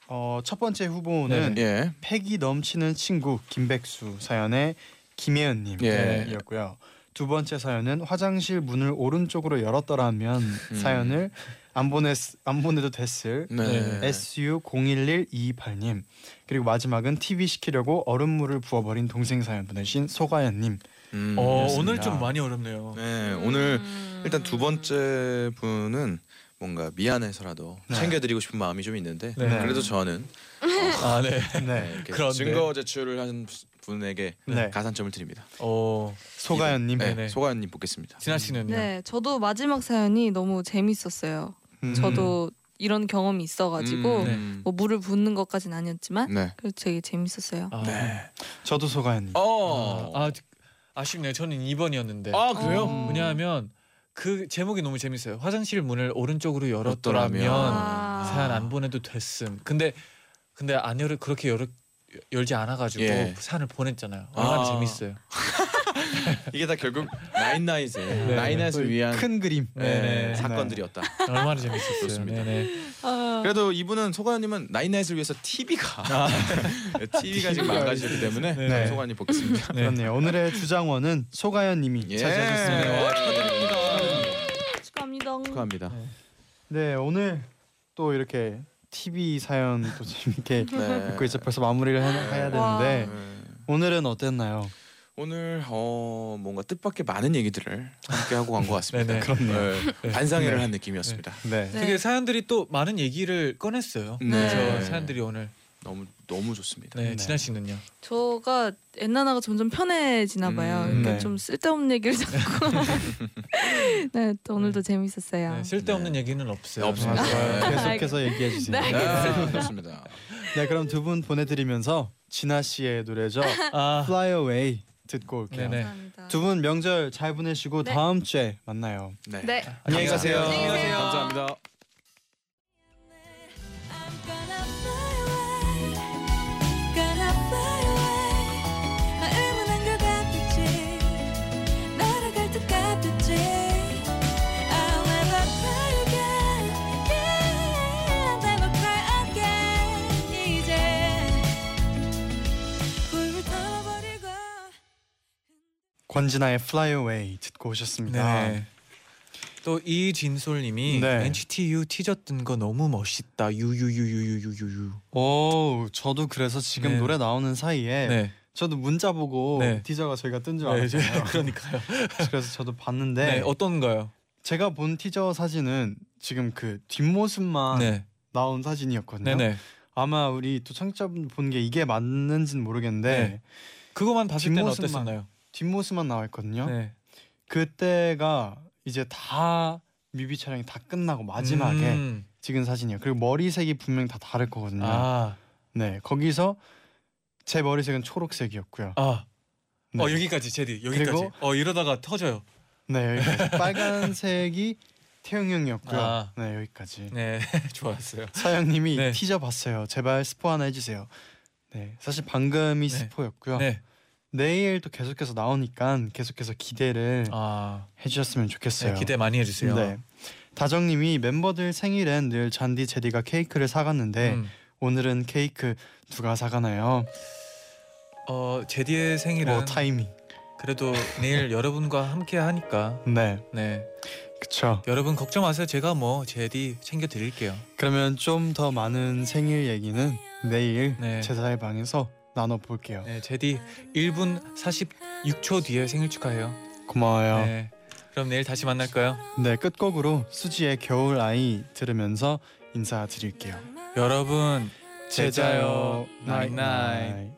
Speaker 2: 어, 첫 번째 후보는
Speaker 3: 네.
Speaker 6: 예.
Speaker 2: 패기 넘치는 친구 김백수 사연의
Speaker 6: 예.
Speaker 2: 김혜연님이었고요. 두 번째 사연은 화장실 문을 오른쪽으로 열었더라면
Speaker 6: 음.
Speaker 2: 사연을 안 보내 안 보내도 됐을
Speaker 6: 네.
Speaker 2: SU011228님 그리고 마지막은 TV 시키려고 얼음물을 부어버린 동생 사연 보내신 소가연님
Speaker 6: 음,
Speaker 3: 어,
Speaker 6: 그렇습니다.
Speaker 3: 오늘 좀 많이 어렵네요.
Speaker 6: 네, 오늘 일단 두 번째 분은 뭔가 미안해서라도
Speaker 2: 네.
Speaker 6: 챙겨드리고 싶은 마음이 좀 있는데
Speaker 3: 네.
Speaker 6: 그래도 저는
Speaker 3: 아 네.
Speaker 6: 네,
Speaker 2: 네
Speaker 6: 이렇게
Speaker 3: 그런데.
Speaker 6: 증거 제출을 한 분에게
Speaker 2: 네.
Speaker 6: 가산점을 드립니다.
Speaker 3: 어
Speaker 2: 소가연님
Speaker 6: 네,
Speaker 3: 네네.
Speaker 6: 소가연님 뽑겠습니다.
Speaker 3: 진아 씨는요?
Speaker 7: 네, 저도 마지막 사연이 너무 재밌었어요.
Speaker 2: 음.
Speaker 7: 저도 이런 경험이
Speaker 6: 음,
Speaker 7: 있어가지고 뭐 물을 붓는 것까진 아니었지만
Speaker 6: 네.
Speaker 7: 그래도 되게 재밌었어요.
Speaker 3: 아,
Speaker 6: 네.
Speaker 2: 저도 소가연님
Speaker 6: 어.
Speaker 3: 아, 아, 쉽네요 저는 2번이었는데. 음.
Speaker 6: 아 그래요?
Speaker 7: 어.
Speaker 3: 왜냐하면 그 제목이 너무 재밌어요. 화장실 문을 오른쪽으로 열었더라면
Speaker 7: 아.
Speaker 3: 사연 안 보내도 됐음. 근데 근데 안 열을 그렇게 열 열지 않아가지고
Speaker 6: 예.
Speaker 3: 사연을 보냈잖아요. 얼마나
Speaker 6: 아.
Speaker 3: 재밌어요.
Speaker 6: 이게 다 결국 나인나잇의 나인나잇을 위한
Speaker 2: 큰 그림
Speaker 6: 네,
Speaker 3: 네. 네네.
Speaker 6: 사건들이었다.
Speaker 3: 얼마나 재밌었어요.
Speaker 6: 그렇습니다.
Speaker 3: 네네.
Speaker 7: 아,
Speaker 6: 그래도 이분은 소가연님은 나인나잇을 위해서 TV가 TV가 지금 망가지기 때문에
Speaker 3: 아. 네.
Speaker 6: 소가연님 뽑겠습니다.
Speaker 3: 네.
Speaker 2: 그렇네요 오늘의 주장원은 소가연님이
Speaker 6: 예.
Speaker 2: 차지하셨습니다
Speaker 6: 와, 축하드립니다.
Speaker 7: 축하합니다.
Speaker 6: 축하합니다.
Speaker 2: 네 오늘 또 이렇게 TV 사연 또 재밌게
Speaker 6: 네.
Speaker 2: 듣고 이제 벌써 마무리를 해, 해야
Speaker 7: 와.
Speaker 2: 되는데
Speaker 6: 네.
Speaker 2: 오늘은 어땠나요?
Speaker 6: 오늘 어 뭔가 뜻밖의 많은 얘기들을 함께 하고 간 것 같습니다.
Speaker 3: 네네.
Speaker 6: 그렇네요. 반상회를 한 느낌이었습니다.
Speaker 2: 네.
Speaker 7: 네.
Speaker 3: 되게 사연들이 또 많은 얘기를 꺼냈어요.
Speaker 6: 네.
Speaker 3: 그래서 그렇죠. 사연들이 오늘
Speaker 6: 너무 너무 좋습니다.
Speaker 3: 네,
Speaker 2: 네.
Speaker 3: 진한 씨는요.
Speaker 7: 저가 엔나나가 점점 편해지나 봐요.
Speaker 6: 음,
Speaker 7: 그러니까
Speaker 2: 네.
Speaker 7: 좀 쓸데없는 얘기를 자꾸. 네, 또 오늘도 재밌었어요.
Speaker 3: 네, 쓸데없는 얘기는 없어요.
Speaker 6: 네, 없습니다.
Speaker 3: 네.
Speaker 2: 아, 계속해서 얘기해 주세요.
Speaker 7: 네.
Speaker 6: 아, 좋습니다.
Speaker 2: 네 그럼 두 분 보내드리면서 진아 씨의 노래죠
Speaker 3: 아,
Speaker 2: Fly Away 듣고 올게요.
Speaker 3: 네네.
Speaker 7: 감사합니다.
Speaker 2: 두 분 명절 잘 보내시고
Speaker 7: 네.
Speaker 2: 다음 주에 만나요.
Speaker 6: 네.
Speaker 1: 네.
Speaker 2: 안녕히 가세요.
Speaker 7: 안녕히 가세요.
Speaker 6: 감사합니다.
Speaker 8: I'm gonna fly away, gonna fly away. 마음은 한결 같겠지, 날아갈 듯 같겠지. I'll never cry again, yeah, never cry again. 이제 불을 털어버리고.
Speaker 2: 권진아의 Fly Away 듣고 오셨습니다.
Speaker 3: 네네. 또 이진솔님이
Speaker 2: 네.
Speaker 3: NCT U 티저 뜬 거 너무 멋있다. 유유유유유유유.
Speaker 2: 오 저도 그래서 지금
Speaker 3: 네.
Speaker 2: 노래 나오는 사이에
Speaker 3: 네.
Speaker 2: 저도 문자 보고
Speaker 3: 네.
Speaker 2: 티저가 저희가 뜬 줄
Speaker 3: 네,
Speaker 2: 알았어요.
Speaker 3: 그러니까요.
Speaker 2: 그래서 저도 봤는데
Speaker 3: 네. 어떤가요?
Speaker 2: 제가 본 티저 사진은 지금 그 뒷모습만
Speaker 3: 네.
Speaker 2: 나온 사진이었거든요.
Speaker 3: 네네.
Speaker 2: 아마 우리 또 청자분 본 게 이게 맞는지는 모르겠는데
Speaker 3: 네. 그거만 봤을 때는
Speaker 2: 뒷모습만.
Speaker 3: 어땠었나요?
Speaker 2: 뒷모습만 나와 있거든요.
Speaker 3: 네.
Speaker 2: 그때가 이제 다 뮤비 촬영이 다 끝나고 마지막에
Speaker 3: 음.
Speaker 2: 찍은 사진이에요. 그리고 머리색이 분명 다 다를 거거든요.
Speaker 3: 아.
Speaker 2: 네 거기서 제 머리색은 초록색이었고요.
Speaker 3: 아.
Speaker 2: 네.
Speaker 3: 어 여기까지 제디 여기까지.
Speaker 2: 그리고-
Speaker 3: 어 이러다가 터져요.
Speaker 2: 네 여기까지 빨간색이 태용 형이었고요.
Speaker 3: 아.
Speaker 2: 네 여기까지
Speaker 3: 네 좋았어요.
Speaker 2: 사영님이
Speaker 3: 네.
Speaker 2: 티저 봤어요. 제발 스포 하나 해주세요. 네 사실 방금이
Speaker 3: 네.
Speaker 2: 스포였고요.
Speaker 3: 네.
Speaker 2: 내일 또 계속해서 나오니까 계속해서 기대를
Speaker 3: 아
Speaker 2: 해주셨으면
Speaker 3: 네,
Speaker 2: 좋겠어요.
Speaker 3: 기대 많이 해주세요.
Speaker 2: 네. 다정님이 멤버들 생일엔 늘 잔디 제디가 케이크를 사갔는데
Speaker 3: 음.
Speaker 2: 오늘은 케이크 누가 사가나요?
Speaker 3: 어 제디의 생일은
Speaker 2: 어 타이밍.
Speaker 3: 그래도 내일 여러분과 함께 하니까
Speaker 2: 네,
Speaker 3: 네
Speaker 2: 그쵸.
Speaker 3: 여러분 걱정 마세요. 제가 뭐 제디 챙겨 드릴게요.
Speaker 2: 그러면 좀 더 많은 생일 얘기는 내일
Speaker 3: 네.
Speaker 2: 제사의 방에서 나눠 볼게요.
Speaker 3: 네 제디 1분 46초 뒤에 생일 축하해요.
Speaker 2: 고마워요. 네.
Speaker 3: 네 그럼 내일 다시 만날까요?
Speaker 2: 끝곡으로 수지의 겨울 아이 들으면서 인사드릴게요.
Speaker 3: 여러분
Speaker 2: 제자요 나잇나잇.
Speaker 3: 나잇나잇.